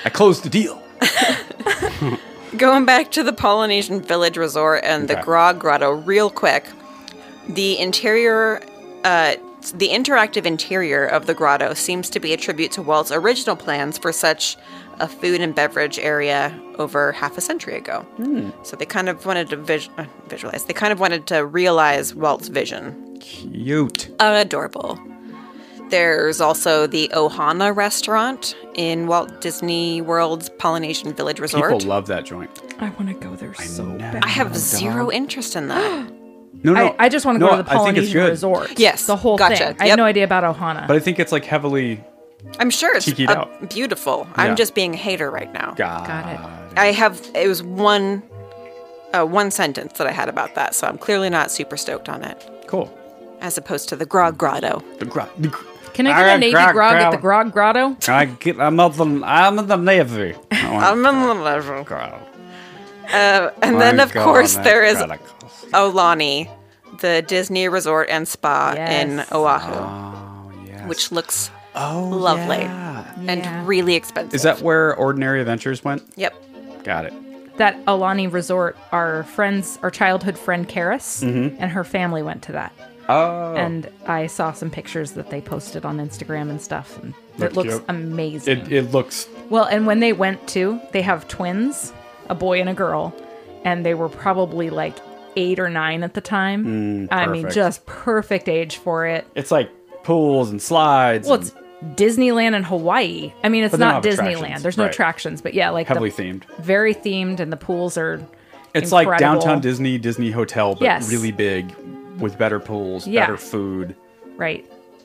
I closed the deal.
Going back to the Polynesian Village Resort and the
Okay.
Grog Grotto, real quick. The interior, uh, the interactive interior of the grotto seems to be a tribute to Walt's original plans for such a food and beverage area over half a century ago. So they kind of wanted to vis- uh, visualize. They kind of wanted to realize Walt's vision.
Cute.
Adorable. There's also the Ohana restaurant in Walt Disney World's Polynesian Village Resort.
People love that joint.
I want to go there so
know.
bad.
I have zero interest in that.
No, no.
I, I just want to
No,
go to the
I think it's
Polynesian
good.
resort.
Yes,
the whole
gotcha,
thing. I
yep.
had no idea about Ohana.
But I think it's like heavily.
I'm sure it's
Tiki'd
uh,
out.
beautiful.
Yeah.
I'm just being a hater right now.
God.
Got
I have it was one uh, one sentence that I had about that, so I'm clearly not super stoked on it.
Cool.
As opposed to the Grog Grotto.
The gra- the gr-
Can I get a
Alright,
Navy
grog,
grog at
grog.
the Grog Grotto?
I get. I'm not the. I'm in the navy. I want
I'm on the level.
grog.
Uh, Um, and then
I
of
go
course
on a
there is
grog.
Olani, the Disney resort and spa
Yes.
in Oahu,
Oh yes.
which looks
oh
lovely.
yeah.
Yeah.
and really expensive.
Is that where Ordinary Adventures went?
Yep.
Got it.
that Alani resort, our friends, our childhood friend Karis and her family went to that.
Mm-hmm. Oh.
And I saw some pictures that they posted on Instagram and stuff. And it
Looked
looks
cute.
amazing.
it it looks.
well, and when they went to, they have twins, a boy and a girl, and they were probably like eight or nine at the time. I mean,
Mm, perfect.
just perfect age for it.
It's like pools and slides.
Well,
and
it's Disneyland in Hawaii. I mean, it's
But they don't
not
have
Disneyland.
attractions.
There's no
Right.
attractions, but yeah, like the-
heavily themed.
very themed, and the pools are.
It's like
incredible.
downtown Disney, Disney Hotel, but
Yes.
really big, with better pools,
Yeah.
better food.
right?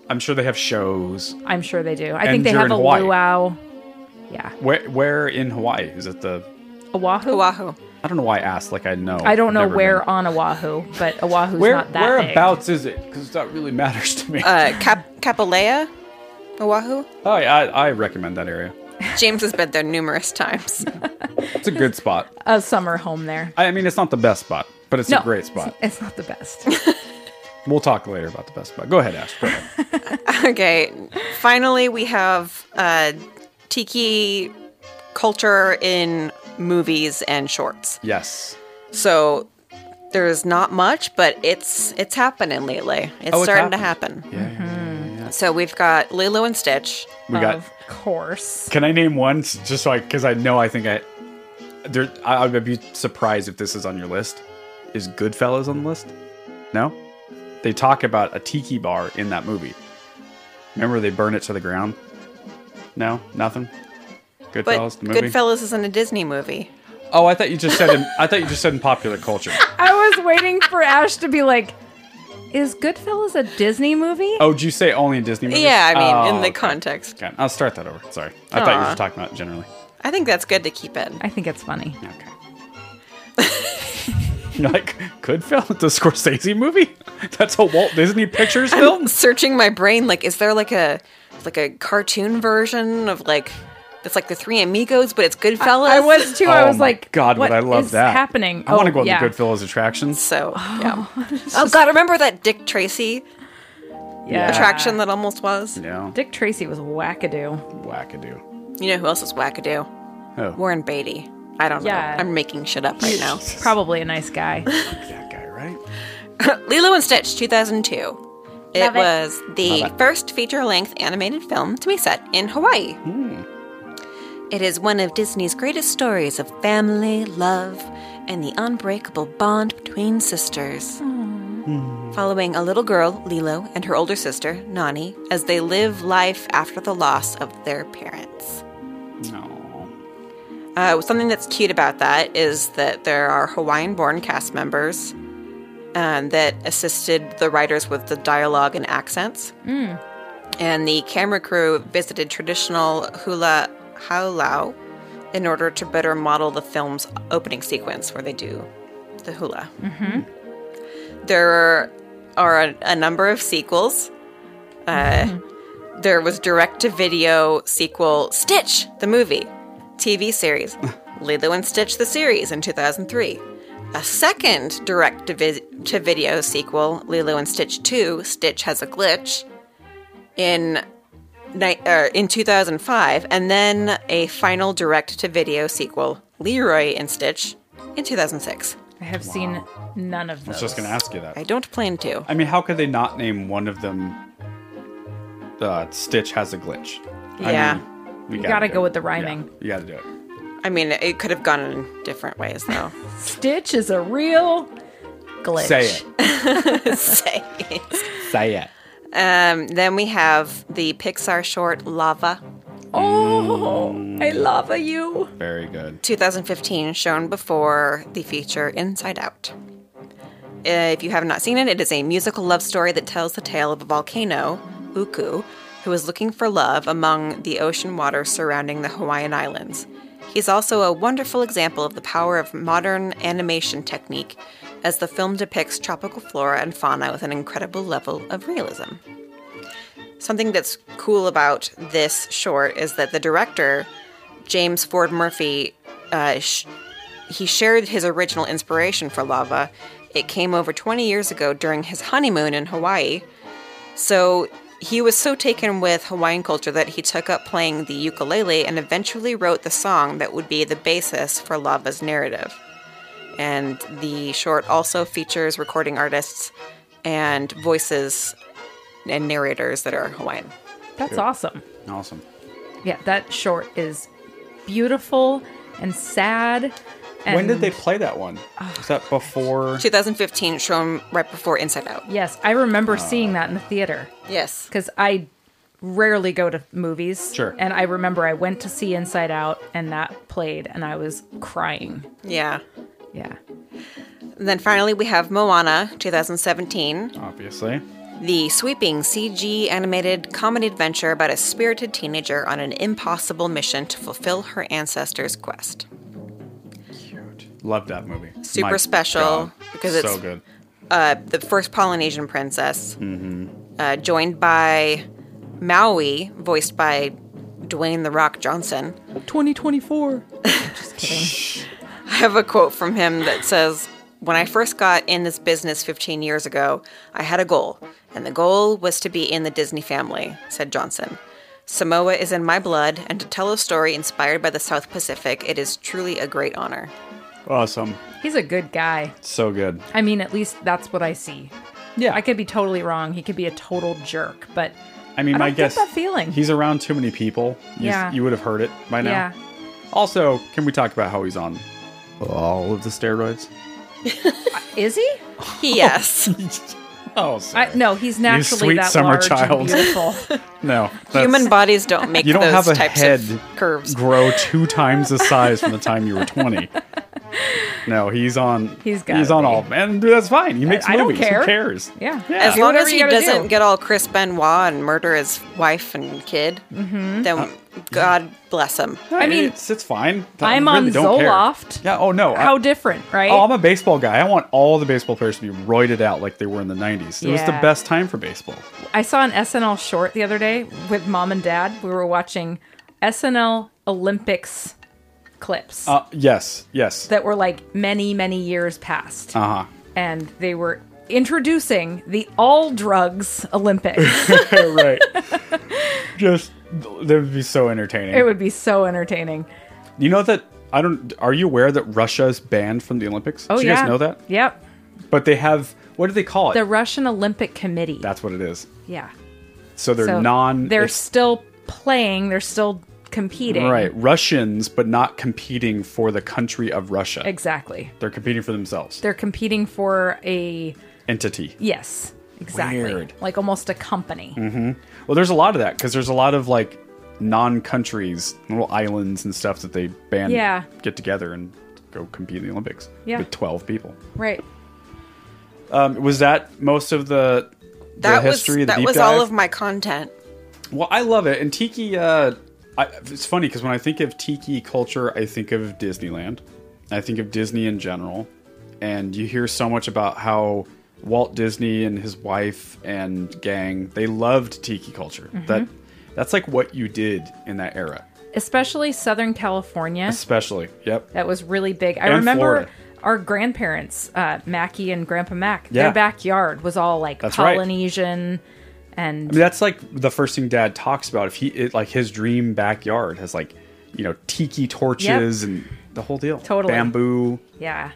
I'm sure they have shows.
I'm sure they do. I
And
think they
you're
have
in
a
Hawaii.
luau. Yeah,
Where where in Hawaii is it? The
Oahu.
Oahu.
I don't know why I asked. Like I know.
I don't know
Never
where
been.
on Oahu, but Oahu's
Where
not that big.
whereabouts is it? Because that really matters to me.
Uh, Kap- Kapalea, Oahu.
oh, yeah, I, I recommend that area.
James has been there numerous times.
It's a good spot.
A summer home there.
I mean, it's not the best spot, but it's
no,
a great spot.
It's, it's not the best.
We'll talk later about the best spot. Go ahead, Ash. Go ahead.
okay. Finally, we have uh, tiki culture in movies and shorts.
Yes.
So there's not much, but it's it's happening lately. It's
Oh, it's
starting
happened.
to happen.
Yeah, yeah, yeah.
So we've got Lilo and Stitch.
We got.
of course.
Can I name one? s- Just so I, because I know I think I. There, I, I would be surprised if this is on your list. Is Goodfellas on the list? No. They talk about a tiki bar in that movie. Remember they burn it to the ground. No, nothing.
But
Goodfellas, the movie.
Goodfellas isn't a Disney movie.
oh, I thought you just said. In, I thought you just said in popular culture.
I was waiting for Ash to be like, "Is Goodfellas a Disney movie?"
Oh, did you say only in Disney movies?
Yeah, I
Oh,
mean, in the
okay.
context.
Okay, I'll start that over. Sorry, I thought you were
Aw.
just talking about it generally.
I think that's good to keep in.
I think it's funny.
Okay. You're like, Goodfellas, the Scorsese movie? That's a Walt Disney Pictures film?
Searching my brain, like, is there like a like a cartoon version of like it's like the Three Amigos, but it's Goodfellas?
I was too. I
Oh
was
my
like,
God, would
what
I love
is
that?
happening?"
I want
Oh,
to go
yeah.
to the Goodfellas attractions.
So yeah. oh God, remember that Dick Tracy
Yeah.
attraction that almost was?
No,
Dick Tracy was wackadoo.
wackadoo.
You know who else is wackadoo?
Oh,
Warren Beatty. I don't
Yeah.
know. I'm making shit up right now.
Probably a nice guy.
that guy, right?
Lilo and Stitch 2002. It
Love it.
was the
Love it.
first feature length animated film to be set in Hawaii.
Hmm.
It is one of Disney's greatest stories of family, love, and the unbreakable bond between sisters.
Hmm.
Following a little girl, Lilo, and her older sister, Nani, as they live life after the loss of their parents.
No.
Uh, something that's cute about that is that there are Hawaiian born cast members um, that assisted the writers with the dialogue and accents. And the camera crew visited traditional hula haulau in order to better model the film's opening sequence where they do the hula. There are a, a number of sequels. Uh, There was direct to video sequel Stitch, the movie, TV series, Lilo and Stitch, the series in 2003. A second direct to, vis- to video sequel, Lilo and Stitch 2, Stitch Has a Glitch, in, ni- er, in 2005. And then a final direct to video sequel, Leroy and Stitch, in 2006.
I have seen none of those.
I was just going to ask you that.
I don't plan to.
I mean, how could they not name one of them uh, Stitch has a glitch?
Yeah.
I mean, we
gotta
do
go
it.
with the rhyming.
Yeah, you got to do it.
I mean, it could have gone in different ways, though.
Stitch is a real glitch.
Say it.
Say.
Say it.
Um, then we have the Pixar short Lava
Oh, I
Mm.
love you.
Very good.
2015, shown before the feature Inside Out. Uh, if you have not seen it, it is a musical love story that tells the tale of a volcano, Uku, who is looking for love among the ocean waters surrounding the Hawaiian Islands. He's also a wonderful example of the power of modern animation technique, as the film depicts tropical flora and fauna with an incredible level of realism. Something that's cool about this short is that the director, James Ford Murphy, uh, sh- he shared his original inspiration for Lava. It came over 20 years ago during his honeymoon in Hawaii. So he was so taken with Hawaiian culture that he took up playing the ukulele and eventually wrote the song that would be the basis for Lava's narrative. And the short also features recording artists and voices and narrators that are Hawaiian.
That's awesome.
Awesome.
Yeah, that short is beautiful and sad. And Oh,
when did they play that one? Was that before?
2015, shown right before Inside Out.
Yes, I
Uh.
remember seeing that in the theater
Yes.
because I rarely go to movies.
Sure.
And I remember I went to see Inside Out and that played and I was crying.
Yeah.
Yeah.
And then finally, we have Moana 2017,
Obviously.
the sweeping CG animated comedy adventure about a spirited teenager on an impossible mission to fulfill her ancestors' quest.
Cute. Love that movie.
Super special, because it's-
so good.
Uh, the first Polynesian princess, uh, joined by Maui, voiced by Dwayne The Rock Johnson.
2024. Just kidding.
I have a quote from him that says, When I first got in this business 15 years ago, I had a goal, and the goal was to be in the Disney family, said Johnson. Samoa is in my blood, and to tell a story inspired by the South Pacific, it is truly a great honor.
Awesome.
He's a good guy.
So good.
I mean, at least that's what I see.
Yeah.
I could be totally wrong. He could be a total jerk, but
I mean,
I
my
don't get
guess.
that feeling.
He's around too many people. You,
Yeah.
You would have heard it by now.
yeah.
Also, can we talk about how he's on all of the steroids?
Is he?
Uh,
Yes.
oh, sorry.
I, no, he's naturally
sweet
that
summer
large
child.
and beautiful.
no. that's-
Human bodies don't make
You don't
those
have a
types
head
of curves.
grow two times the size from the time you were 20. No, he's on.
He's gotta
he's on
be.
all, and that's fine. He makes
I don't
movies.
care.
Who cares?
Yeah.
Yeah.
As
Do
long
whatever
as
you
he
gotta
doesn't
do.
get all Chris Benoit and murder his wife and kid,
Mm-hmm.
then
Uh,
God bless him.
I mean,
it's, it's fine. I
I'm
really
on
don't care.
Zoloft.
Yeah. Oh no.
How
I,
different, right?
oh, I'm a baseball guy. I want all the baseball players to be roided out like they were in the 90s. It was the
Yeah.
best time for baseball.
I saw an SNL short the other day with mom and dad. We were watching SNL Olympics clips
Uh, yes. Yes.
that were like many, many years past.
Uh
and they were introducing the all drugs Olympics.
huh. right. Just that would be so entertaining.
it would be so entertaining.
you know that I don't. Are you aware that Russia is banned from the Olympics?
Oh
Did
yeah.
you guys know that?
Yep.
But they have what do they call it?
The Russian Olympic Committee.
That's what it is.
yeah.
So they're
So
non.
They're
it's-
still playing. They're still competing.
right Russians, but not competing for the country of Russia.
Exactly.
they're competing for themselves.
They're competing for a
Entity.
yes. Exactly.
Weird. Mm-hmm.
Like almost a company.
Well, there's a lot of that because there's a lot of like non-countries, little islands and stuff that they ban.
Yeah.
Get together and go compete in the Olympics.
Yeah.
With twelve people.
Right.
Um, was that most of the the
That
history?
was
the
that
deep
was
dive?
all of my content.
Well, I love it. And tiki, uh, I, it's funny because when I think of tiki culture, I think of Disneyland. I think of Disney in general. And you hear so much about how Walt Disney and his wife and gang, they loved tiki culture. That That's like what you did in that era,
Especially Southern California.
especially. Yep.
that was really big. I
And
remember
Florida.
our grandparents, uh, Mackie and Grandpa Mac,
Yeah.
their backyard was all like
That's right.
Polynesian and
I mean, that's like the first thing dad talks about. If he, it, like his dream backyard has like, you know, tiki torches and the whole deal.
Totally.
Bamboo.
yeah.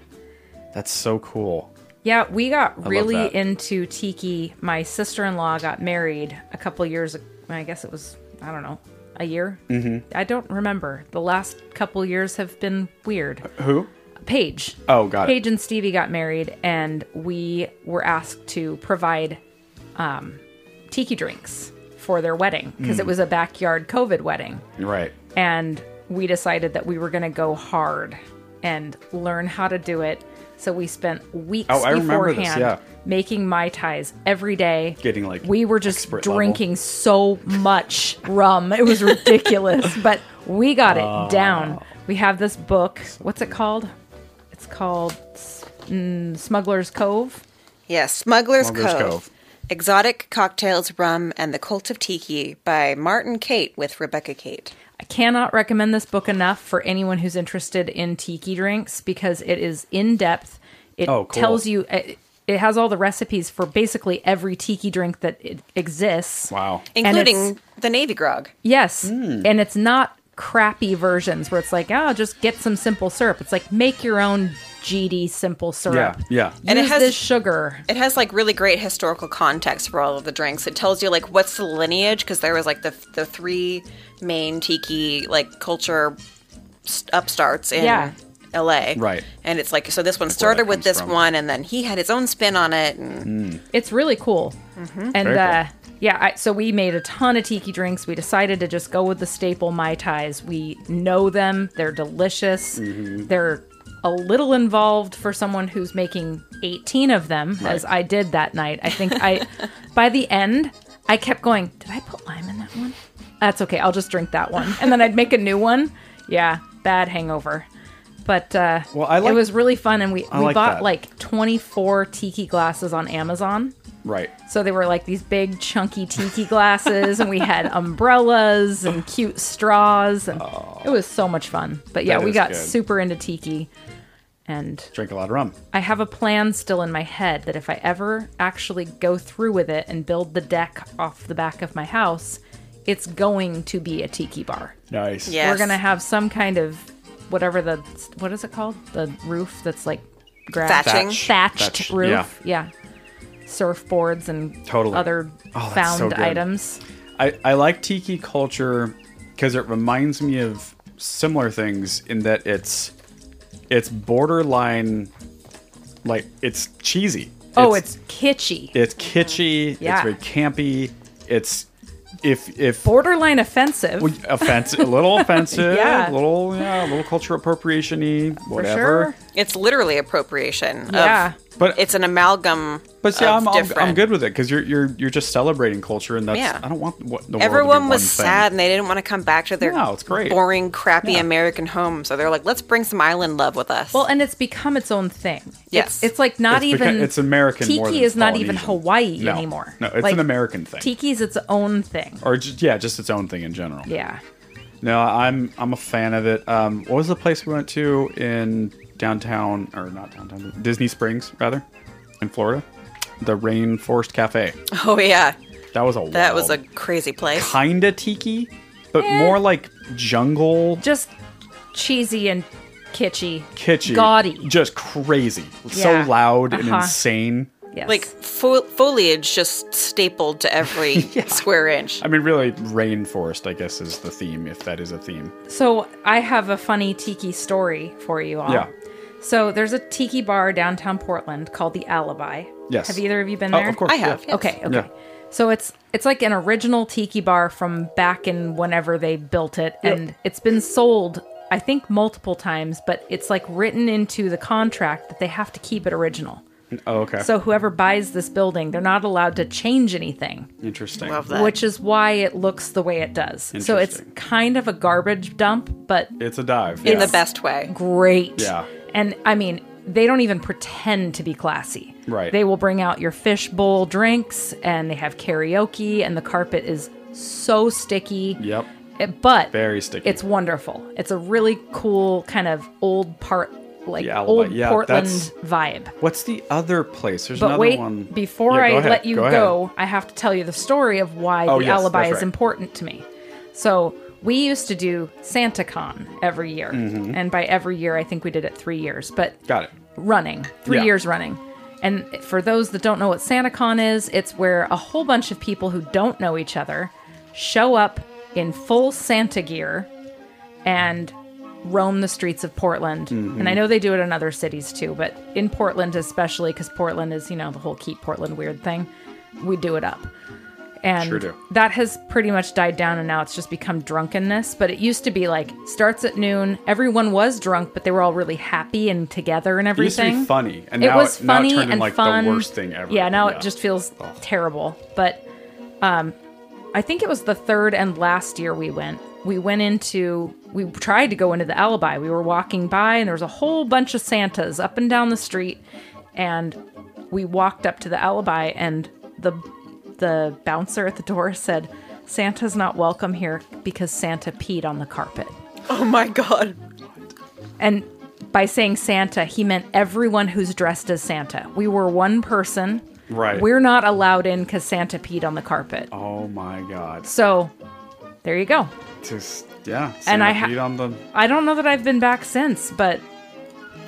That's so cool.
Yeah, we got really
that.
into tiki. My sister-in-law got married a couple years ago. I guess it was, I don't know, a year. Mm-hmm. I don't remember. The last couple years have been weird.
Who?
Paige.
Oh, got it.
Paige and Stevie got married, and we were asked to provide um, tiki drinks for their wedding because
Mm.
it was a backyard COVID wedding.
Right.
And we decided that we were going to go hard and learn how to do it. So we spent weeks
Oh, I remember this,
beforehand
yeah.
making mai tais every day.
Getting, like,
we were just
expert level.
drinking so much rum, it was ridiculous. but we got it
Ah.
down. We have this book. What's it called? It's called S- mm, Smuggler's Cove.
Yes, Smuggler's,
Smuggler's
Cove.
Cove.
Exotic Cocktails, Rum, and the Cult of Tiki by Martin Kate with Rebecca Kate.
I cannot recommend this book enough for anyone who's interested in tiki drinks because it is in depth. It
Oh, cool.
tells you it, it has all the recipes for basically every tiki drink that it exists.
Wow. Hmm.
And it's-
Including the Navy Grog.
Yes. And it's not crappy versions where it's like, oh, just get some simple syrup. It's like make your own GD simple syrup.
Yeah, yeah.
And
And it
Use
has-
this sugar.
It has like really great historical context for all of the drinks. It tells you like what's the lineage because there was like the the three main tiki like culture s- upstarts in
Yeah.
LA.
Right.
And it's like so this one
where that
started with
comes
this
from.
one and then he had his own spin on it and
It's really cool. And
Very cool.
uh, yeah, I, so we made a ton of tiki drinks. We decided to just go with the staple Mai Tais. We know them, they're delicious.
Mm-hmm.
They're a little involved for someone who's making 18 of them, as I did that night. I think I, by the end, I kept going, Did I put lime in that one? That's okay. I'll just drink that one. And then I'd make a new one. Yeah, bad hangover. But uh,
Well, I
it
like-
was really fun. And we,
I
we
like
bought
that.
like 24 tiki glasses on Amazon.
Right.
So they were like these big chunky tiki glasses, and we had umbrellas and cute straws, and it was so much fun. But yeah,
That
we
is
got
good.
super into tiki, and
Drink a lot of rum.
I have a plan still in my head that if I ever actually go through with it and build the deck off the back of my house, it's going to be a tiki bar.
Nice.
yeah.
We're gonna have some kind of whatever the what is it called the roof that's like grass
Thatching.
Thatch.
thatched
Thatch,
roof. Yeah. Surfboards and
Totally.
other
Oh, that's
found
so good.
items.
I, I like tiki culture because it reminds me of similar things in that it's it's borderline like it's cheesy.
oh, it's kitschy.
it's kitschy.
Yeah.
It's very campy. It's if if
Borderline offensive.
well, offensive, a little offensive,
Yeah.
a little yeah, a little cultural appropriation-y, whatever.
sure.
It's literally appropriation.
Yeah.
Of,
But-
but it's an amalgam.
But see,
of
I'm, I'm
different.
I'm good with it because you're you're you're just celebrating culture, and that's
Yeah.
I don't want what the world to be
Everyone
one
was
thing.
sad and they didn't want to come back to their
No, it's great.
boring, crappy
Yeah.
American home. So they're like, let's bring some island love with us.
Well, and it's become its own thing.
Yes.
It's, it's like not
It's beca-
even
it's American
Tiki
more than
is not even
Polynesian.
Hawaii
No.
anymore.
No, it's
Like,
an American thing.
Tiki's its own thing.
or just, yeah, just its own thing in general.
Yeah.
No, I'm I'm a fan of it. Um, what was the place we went to in downtown or not downtown Disney Springs rather, in Florida, the Rainforest Cafe.
oh, yeah.
That was a
That was a Eh.
wild-
crazy place.
kinda tiki, but more like jungle
Just cheesy and kitschy.
kitschy,
Gaudy.
just crazy,
Yeah.
so loud and
Uh-huh.
insane.
Yes.
like fo- foliage just stapled to every square inch.
I mean, really, rainforest, I guess, is the theme, if that is a theme.
So I have a funny tiki story for you all.
Yeah.
So there's a tiki bar downtown Portland called the Alibi.
Yes.
Have either of you been
Oh,
there?
of course.
I have,
yeah.
yeah. yes.
Okay. Okay.
Yeah.
So it's it's like an original tiki bar from back in whenever they built it, and it's been sold I think multiple times, but it's like written into the contract that they have to keep it original.
Oh, okay.
So whoever buys this building, they're not allowed to change anything
Interesting.
Love that.
which is why it looks the way it does. So it's
Interesting.
kind of a garbage dump, but
It's a dive.
in
yeah.
the best way.
great.
Yeah.
And I mean, they don't even pretend to be classy.
Right.
They will bring out your fishbowl drinks and they have karaoke and the carpet is so sticky.
Yep.
It- but
Very sticky.
It's wonderful. It's a really cool kind of old part like
Yeah,
old
yeah,
Portland
that's-
vibe.
What's the other place? There's
But
another
wait,
one.
before
Yeah,
I
go ahead,
let you go,
ahead.
I have to tell you the story of why
Oh,
the
yes,
alibi
that's
is
right.
important to me. So we used to do SantaCon every year,
Mm-hmm.
and by every year, I think we did it three years, but
Got it.
running, three
Yeah.
years running. And for those that don't know what SantaCon is, it's where a whole bunch of people who don't know each other show up in full Santa gear and roam the streets of Portland.
Mm-hmm.
And I know they do it in other cities too, but in Portland especially, because Portland is, you know, the whole keep Portland weird thing, we do it up. and
Sure do.
that has pretty much died down and now it's just become drunkenness but it used to be like starts at noon everyone was drunk but they were all really happy and together and
It used
everything
to be funny, and
it
now,
was
it, now it
funny
turned into
and
like
fun.
the worst thing ever.
Yeah, now it just feels
Ugh.
terrible. But um, I think it was the third and last year we went. We went into, we tried to go into the alibi. We were walking by, and there was a whole bunch of Santas up and down the street, and we walked up to the alibi, and the the bouncer at the door said, "Santa's not welcome here because Santa peed on the carpet."
Oh my god.
And by saying Santa, he meant everyone who's dressed as Santa. We were one person.
Right.
We're not allowed in because Santa peed on the carpet.
Oh my god.
So there you go.
Just yeah.
And I ha-
centipede on the.
I don't know that I've been back since, but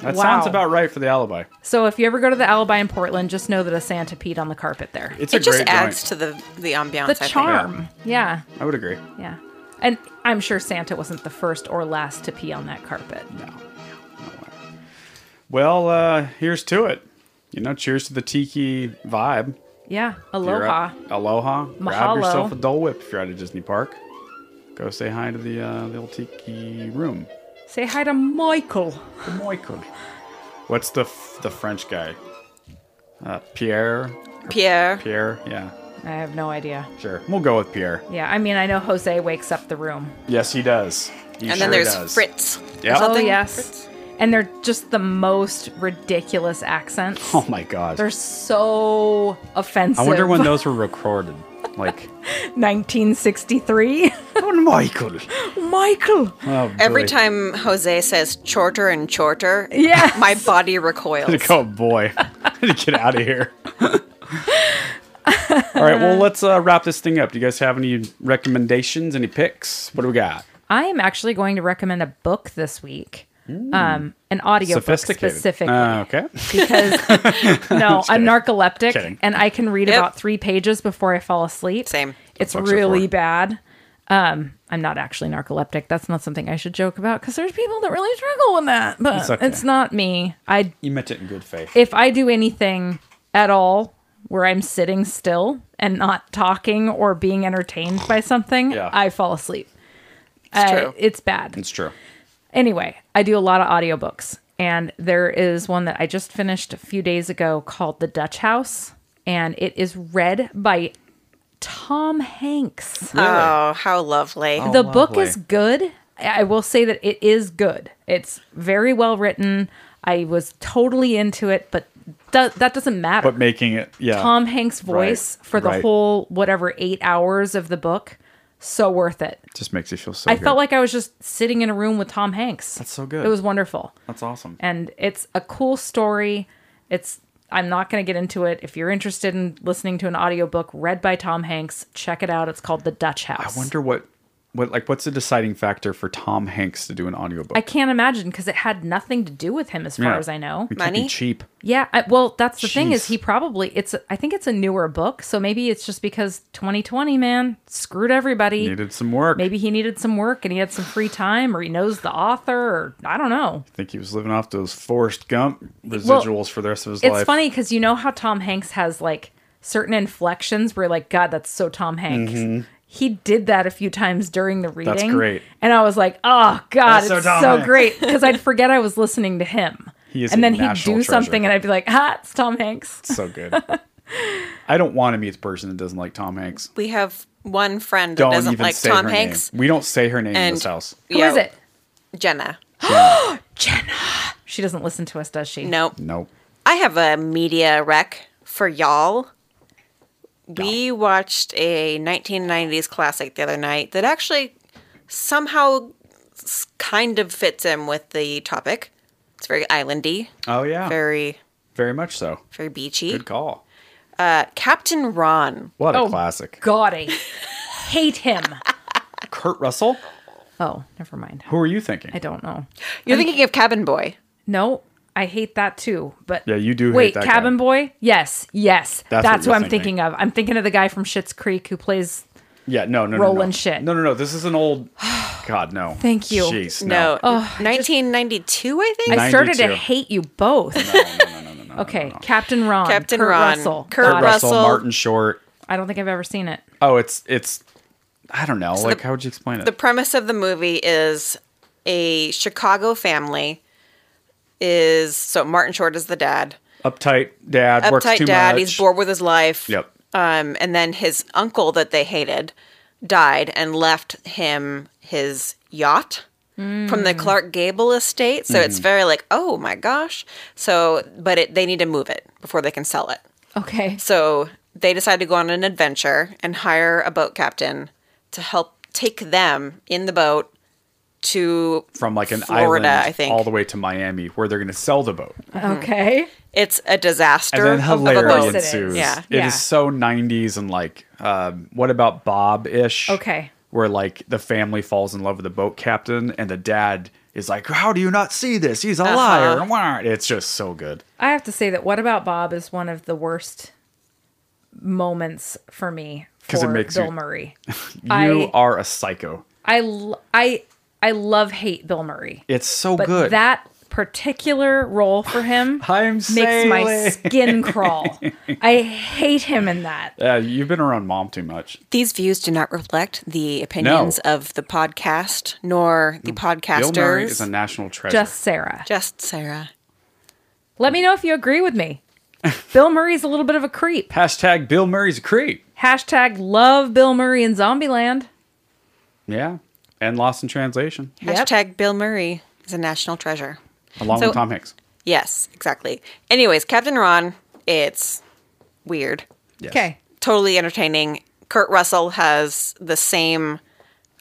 That
Wow.
sounds about right for the alibi.
so if you ever go to the Alibi in Portland, just know that a Santa peed on the carpet there.
It's a
It just
great
adds
joint.
to the the ambiance.
the
I think.
charm. Yeah.
I would agree.
yeah. And I'm sure Santa wasn't the first or last to pee on that carpet.
Well, uh, here's to it. You know, cheers to the tiki vibe.
Yeah.
If you're
Aloha.
at- Aloha.
Mahalo.
Grab yourself a Dole Whip if you're at a Disney park. Go say hi to the, uh, the old tiki room.
Say hi to Michael.
The Moikun. What's the f- the French guy? Uh, Pierre.
Pierre.
Pierre. Yeah,
I have no idea.
sure. We'll go with Pierre.
Yeah, I mean, I know Jose wakes up the room.
Yes, he does. He sure
And then there's
does.
Fritz.
Yep.
Or
Oh
something.
yes,
Fritz.
and they're just the most ridiculous accents.
Oh my God.
They're so offensive.
I wonder when those were recorded. Like,
1963.
oh, Michael.
Michael.
Oh,
Every
boy.
time Jose says chorter and chorter,
Yes.
my body recoils.
Oh boy. Get out of here. All right, well, let's uh, wrap this thing up. Do you guys have any recommendations, any picks? What do we got?
I am actually going to recommend a book this week. Um, an audio book
Hmm. Sophisticated.
specifically.
Uh, okay.
because no, I'm narcoleptic
Kidding.
and I can read
Yep.
about three pages before I fall asleep.
Same.
It's
Books are for
really
it.
bad. Um, I'm not actually narcoleptic. That's not something I should joke about because there's people that really struggle with that, but it's,
okay.
not me. I
You meant it in good faith.
if I do anything at all where I'm sitting still and not talking or being entertained by something,
Yeah.
I fall asleep. Uh,
It's true.
it's bad.
It's true.
Anyway, I do a lot of audiobooks, and there is one that I just finished a few days ago called The Dutch House, and it is read by Tom Hanks.
Oh, how lovely.
the
lovely.
book is good. I I will say that it is good. It's very well written. I was totally into it, but do- that doesn't matter.
But making it, yeah.
Tom Hanks' voice for the
right.
whole whatever 8 hours of the book, so worth it.
just makes you feel so
I felt like I was just sitting in a room with Tom Hanks. That's
so good.
It was wonderful
That's awesome.
and it's a cool story. It's I'm not going to get into it. If you're interested in listening to an audiobook read by Tom Hanks, check it out. It's called The Dutch House.
I wonder what, what, like, what's the deciding factor for Tom Hanks to do an audiobook?
I can't imagine because it had nothing to do with him as far
Yeah.
as I know.
It can't be
Money?
cheap.
Yeah, I, well, that's the thing is
Jeez.
he probably it's I think it's a newer book, so maybe it's just because 2020 man screwed everybody.
Needed some work.
Maybe he needed some work and he had some free time or he knows the author or I don't know.
I think he was living off those Forrest Gump residuals for the rest of his
It's
life.
funny because you know how Tom Hanks has like certain inflections where, like, God, that's so Tom Hanks. He did that a few times during the reading.
Mm-hmm. great.
And I was like, oh God,
That's so
it's so,
Tom Hanks."
great because I'd forget I was listening to him.
He is
and
a
then he'd do
national
something,
treasure.
and I'd be like, ah, it's Tom Hanks.
so good. I don't want to meet the person that doesn't like Tom Hanks.
We have one friend that
Don't
doesn't
even
like
say
Tom
her
Hanks.
name. We don't say her name in
And
this house.
Who is it?
Jenna.
She doesn't listen to us, does she?
Nope.
Nope.
I have a media rec for y'all. We watched a 1990s classic the other night that actually somehow s- kind of fits in with the topic. It's very islandy,
Oh yeah, very,
very
much so.
very beachy.
Good call.
Uh, Captain Ron.
What a
Oh.
classic.
God, I hate him.
Kurt Russell.
Oh, never mind.
Who are you thinking?
I don't know.
You're thinking of Cabin Boy.
No, I hate that too. But
Yeah, you do hate
Wait,
that
Cabin
guy.
Boy? Yes, yes.
That's what
That's,
you're
what, I'm
thinking.
thinking of. I'm thinking of the guy from Schitt's Creek who plays.
yeah, no, no, no, no.
Roland shit.
No, no, no. This is an old. God, no.
Thank you.
Jeez, no.
No, Oh, 1992, I think.
I started to
92.
hate you both.
No, no, no, no, no, no, no,
Okay,
no.
Captain Ron,
Captain
Kurt
Ron,
Russell,
Kurt
got
Kurt
it.
Russell,
Oh, Russell.
Martin Short.
I don't think I've ever seen it.
Oh, it's it's. I don't know. like, how would you explain it?
The premise of the movie is a Chicago family is so Martin Short is the dad.
uptight dad works
Uptight
too
dad,
much.
he's bored with his life.
Yep.
Um, and then his uncle that they hated died and left him his yacht from the Clark Gable estate. So
Mm-hmm.
it's very like, oh my gosh. So, but it, they need to move it before they can sell it.
Okay.
So they decide to go on an adventure and hire a boat captain to help take them in the boat to
from like an island
Florida, I think.
all the way to Miami, where they're going to sell the boat,
Okay.
it's a disaster
and then
of, of a
hilarity
course it
boat.
is.
ensues.
Yeah.
It
Yeah.
is so '90s and like, um, what about Bob ish?
Okay.
where like the family falls in love with the boat captain, and the dad is like, "How do you not see this? He's a
Uh-huh.
liar!" Wah. It's just so good.
I have to say that What About Bob is one of the worst moments for me
'Cause it
for
makes
Bill
you-
Murray.
You
I-
are a psycho.
I l- I I love hate Bill Murray.
It's so
but
good.
that particular role for him
I'm
makes my
sailing.
skin crawl. I hate him in that.
Yeah, you've been around mom too much.
These views do not reflect the opinions of the podcast nor the
Bill
podcasters.
Murray is a national treasure.
Just Sarah.
Just Sarah.
Let me know if you agree with me. Bill Murray's a little bit of a creep.
Hashtag Bill Murray's a creep.
Hashtag love Bill Murray in Zombieland.
Yeah, and Lost in Translation,
Yep.
Hashtag Bill Murray is a national treasure.
along
So-
with Tom Hanks.
Yes, exactly. Anyways, Captain Ron, it's weird.
Yes.
Okay.
totally entertaining. Kurt Russell has the same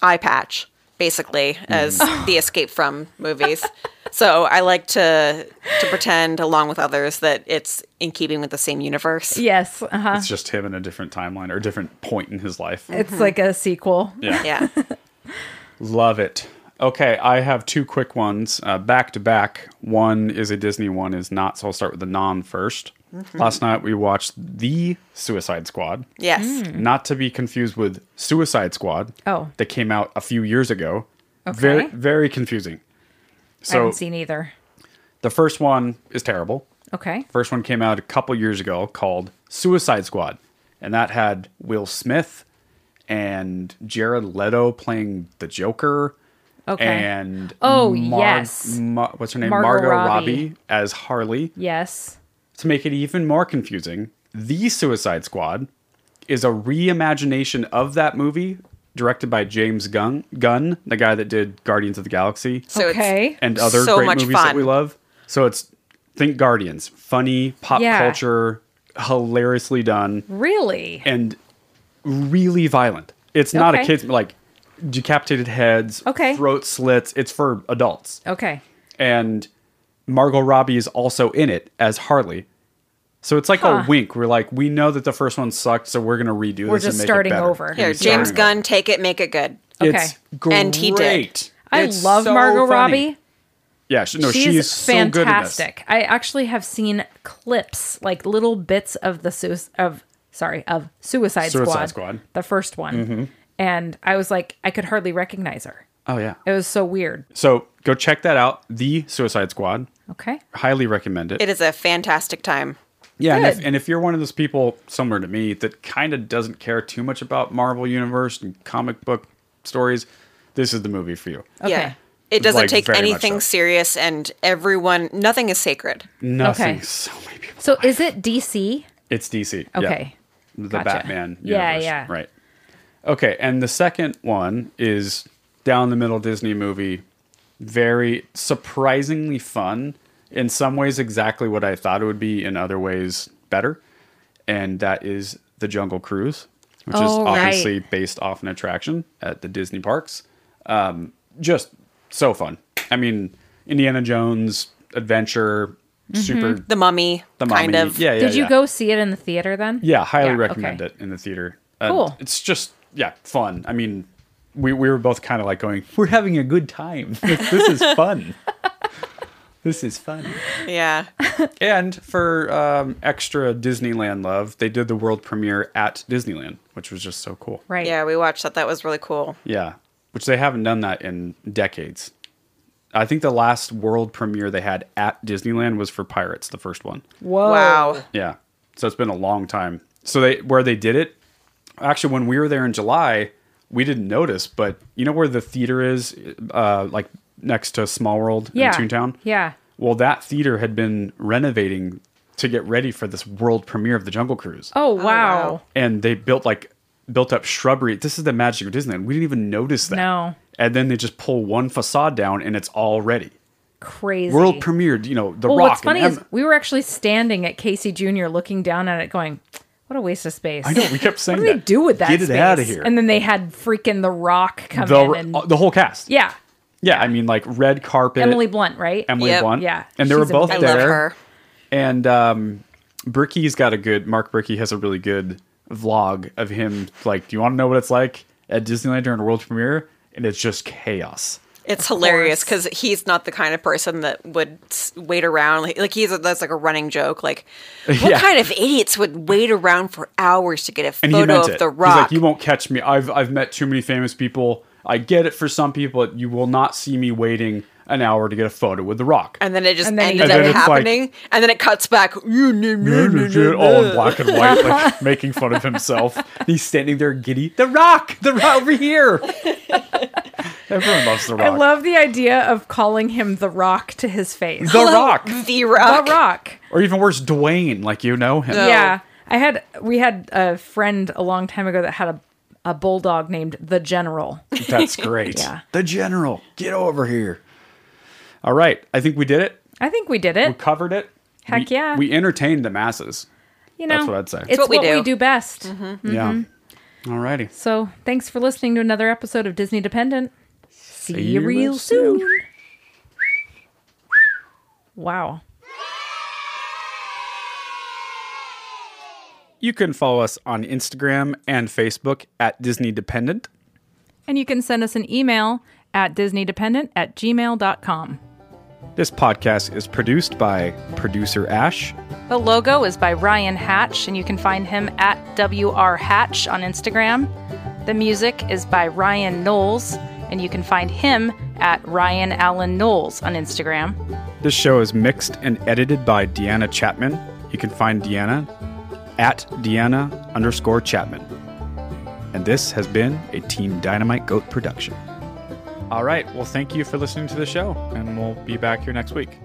eye patch basically
Hmm.
as the Escape from movies. so I like to to pretend along with others that it's in keeping with the same universe.
Yes. Uh-huh.
It's just him in a different timeline or a different point in his life.
It's
Mm-hmm.
like a sequel.
Yeah.
Yeah.
Love it. Okay, I have two quick ones uh, back to back. One is a Disney, one is not. So I'll start with the non 1st
Mm-hmm.
Last night we watched The Suicide Squad,
Yes.
not to be confused with Suicide Squad.
Hmm. Oh.
that came out a few years ago.
Okay.
Very, very confusing.
I
So
haven't seen either.
the first one is terrible.
Okay.
First one came out a couple years ago called Suicide Squad, and that had Will Smith and Jared Leto playing the Joker.
Okay.
And
Oh, yes.
Ma- what's her name?
Margot
Margot,
Robbie.
Robbie. as Harley.
Yes.
To make it even more confusing, The Suicide Squad is a reimagination of that movie, directed by James Gunn, Gunn, the guy that did Guardians of the Galaxy
So
okay.
it's
and other
So
great
much
movies
fun.
that we love. So it's think Guardians, funny pop
Yeah.
culture, hilariously done,
really?
and really violent. It's not
Okay.
a kids like decapitated heads,
Okay.
throat slits. It's for adults.
okay.
And Margot Robbie is also in it as Harley. So it's like
Huh.
a wink. We're like, we know that the first one sucked, so we're gonna redo
We're
this. and
just
make it
starting
better.
over.
We're
yeah,
just
James
starting over.
Gunn, take it, make it good.
It's great.
And he did.
I
It's
love
so
Margot
funny.
Robbie.
Yeah, she, no,
she's
she is so good in this.
fantastic. I actually have seen clips, like little bits of the sui- of sorry of Suicide, Squad,
Suicide Squad. Mm-hmm.
the first one, and I was like, I could hardly recognize her.
Oh yeah.
It was so weird.
So go check that out. The Suicide Squad.
Okay,
Highly recommend it.
It is a fantastic time.
yeah, and if,
good.
and if you're one of those people similar to me that kind of doesn't care too much about Marvel Universe and comic book stories, this is the movie for you.
Okay.
Yeah. It doesn't
Like,
take
very much
anything
so.
serious and everyone nothing is sacred.
Nothing.
Okay.
So many people.
so is it DC?
It's DC. yeah.
Okay,
The
Gotcha.
Batman.
Yeah,
universe.
yeah.
Right. Okay, and the second one is down the middle Disney movie. Very surprisingly fun. In some ways, exactly what I thought it would be. In other ways, better. And that is the Jungle Cruise, which is
Oh, right.
obviously based off an attraction at the Disney parks. Um, just so fun. I mean, Indiana Jones adventure, super
The mummy,
the
kind
mommy-
of.
Yeah, yeah,
Mm-hmm. Did you
yeah.
go see it in the theater then?
Yeah, highly
Yeah,
recommend
okay.
it in the theater. Uh,
Cool.
It's just yeah, fun. I mean, we we were both kind of like going, we're having a good time. This, this is fun. this is fun.
Yeah.
And for um, extra Disneyland love, they did the world premiere at Disneyland, which was just so cool.
Right.
Yeah, we watched that. That was really cool.
Yeah, which they haven't done that in decades. I think the last world premiere they had at Disneyland was for Pirates, the first one.
Whoa.
Wow.
Yeah. So it's been a long time. So they where they did it actually when we were there in July, we didn't notice, but you know where the theater is, uh, like next to Small World
Yeah.
in Toontown.
Yeah.
Well, that theater had been renovating to get ready for this world premiere of the Jungle Cruise.
Oh wow.
wow.
And they built like built up shrubbery. This is the magic of Disneyland. We didn't even notice that.
No.
And then they just pull one facade down, and it's all ready.
Crazy.
World premiered. You know the
Well,
Rock.
what's funny
and
is we were actually standing at Casey Jr. looking down at it, going, "What a waste of space."
I know we kept saying
What do they
that.
do with that?
Get it
space?
out of here.
And then they had freaking The Rock come
the, uh,
in. And,
the whole cast.
yeah,
Yeah, I mean, like red carpet.
Emily Blunt, right?
Emily
Yep.
Blunt.
Yeah,
and they were
she's
both
I
amazing.
there.
love her.
And um, Bricky's got a good. Mark Bricky has a really good vlog of him. Like, do you want to know what it's like at Disneyland during a world premiere? And it's just chaos.
It's hilarious
course.
because he's not the kind of person that would s- wait around. Like, like he's a, that's like a running joke. Like, what
Yeah.
kind of idiots would wait around for hours to get a
And
photo
he meant
of
it.
the
He's
rock?
like, you won't catch me. I've I've met too many famous people. I get it for some people. You will not see me waiting an hour to get a photo with the Rock.
and then it just
And then he-
ended
And then
up
it's like-
happening. and then it cuts back. All
all in
in
black and white, like making fun of himself. He's standing there giddy. The Rock, the Rock over here. Everyone loves the Rock.
I love the idea of calling him The Rock to his face.
the Rock,
The rock.
the Rock.
or even worse, Dwayne. Like you know him.
Yeah.
Yeah. I had we had a friend a long time ago that had a a bulldog named the General.
That's great.
Yeah.
The General, get over here. All right, I think we did it.
I think we did
We
it.
covered it.
Heck
We-
yeah.
We entertained the masses.
You know,
that's what I'd say.
It's what we, do. Mm-hmm. best.
Yeah. All righty.
So thanks for listening to another episode of Disney Dependent. See, you
you
real
real soon.
soon. Wow.
You can follow us on Instagram and Facebook at Disney Dependent.
And you can send us an email at disneydependent at gmail.com.
This podcast is produced by producer Ash.
The logo is by Ryan Hatch, and you can find him at WR Hatch on Instagram. The music is by Ryan Knowles, and you can find him at Ryan Allen Knowles on Instagram.
This show is mixed and edited by Deanna Chapman. You can find Deanna at Deanna underscore Chapman. And this has been a Team Dynamite Goat production. All right. Well, thank you for listening to the show, and we'll be back here next week.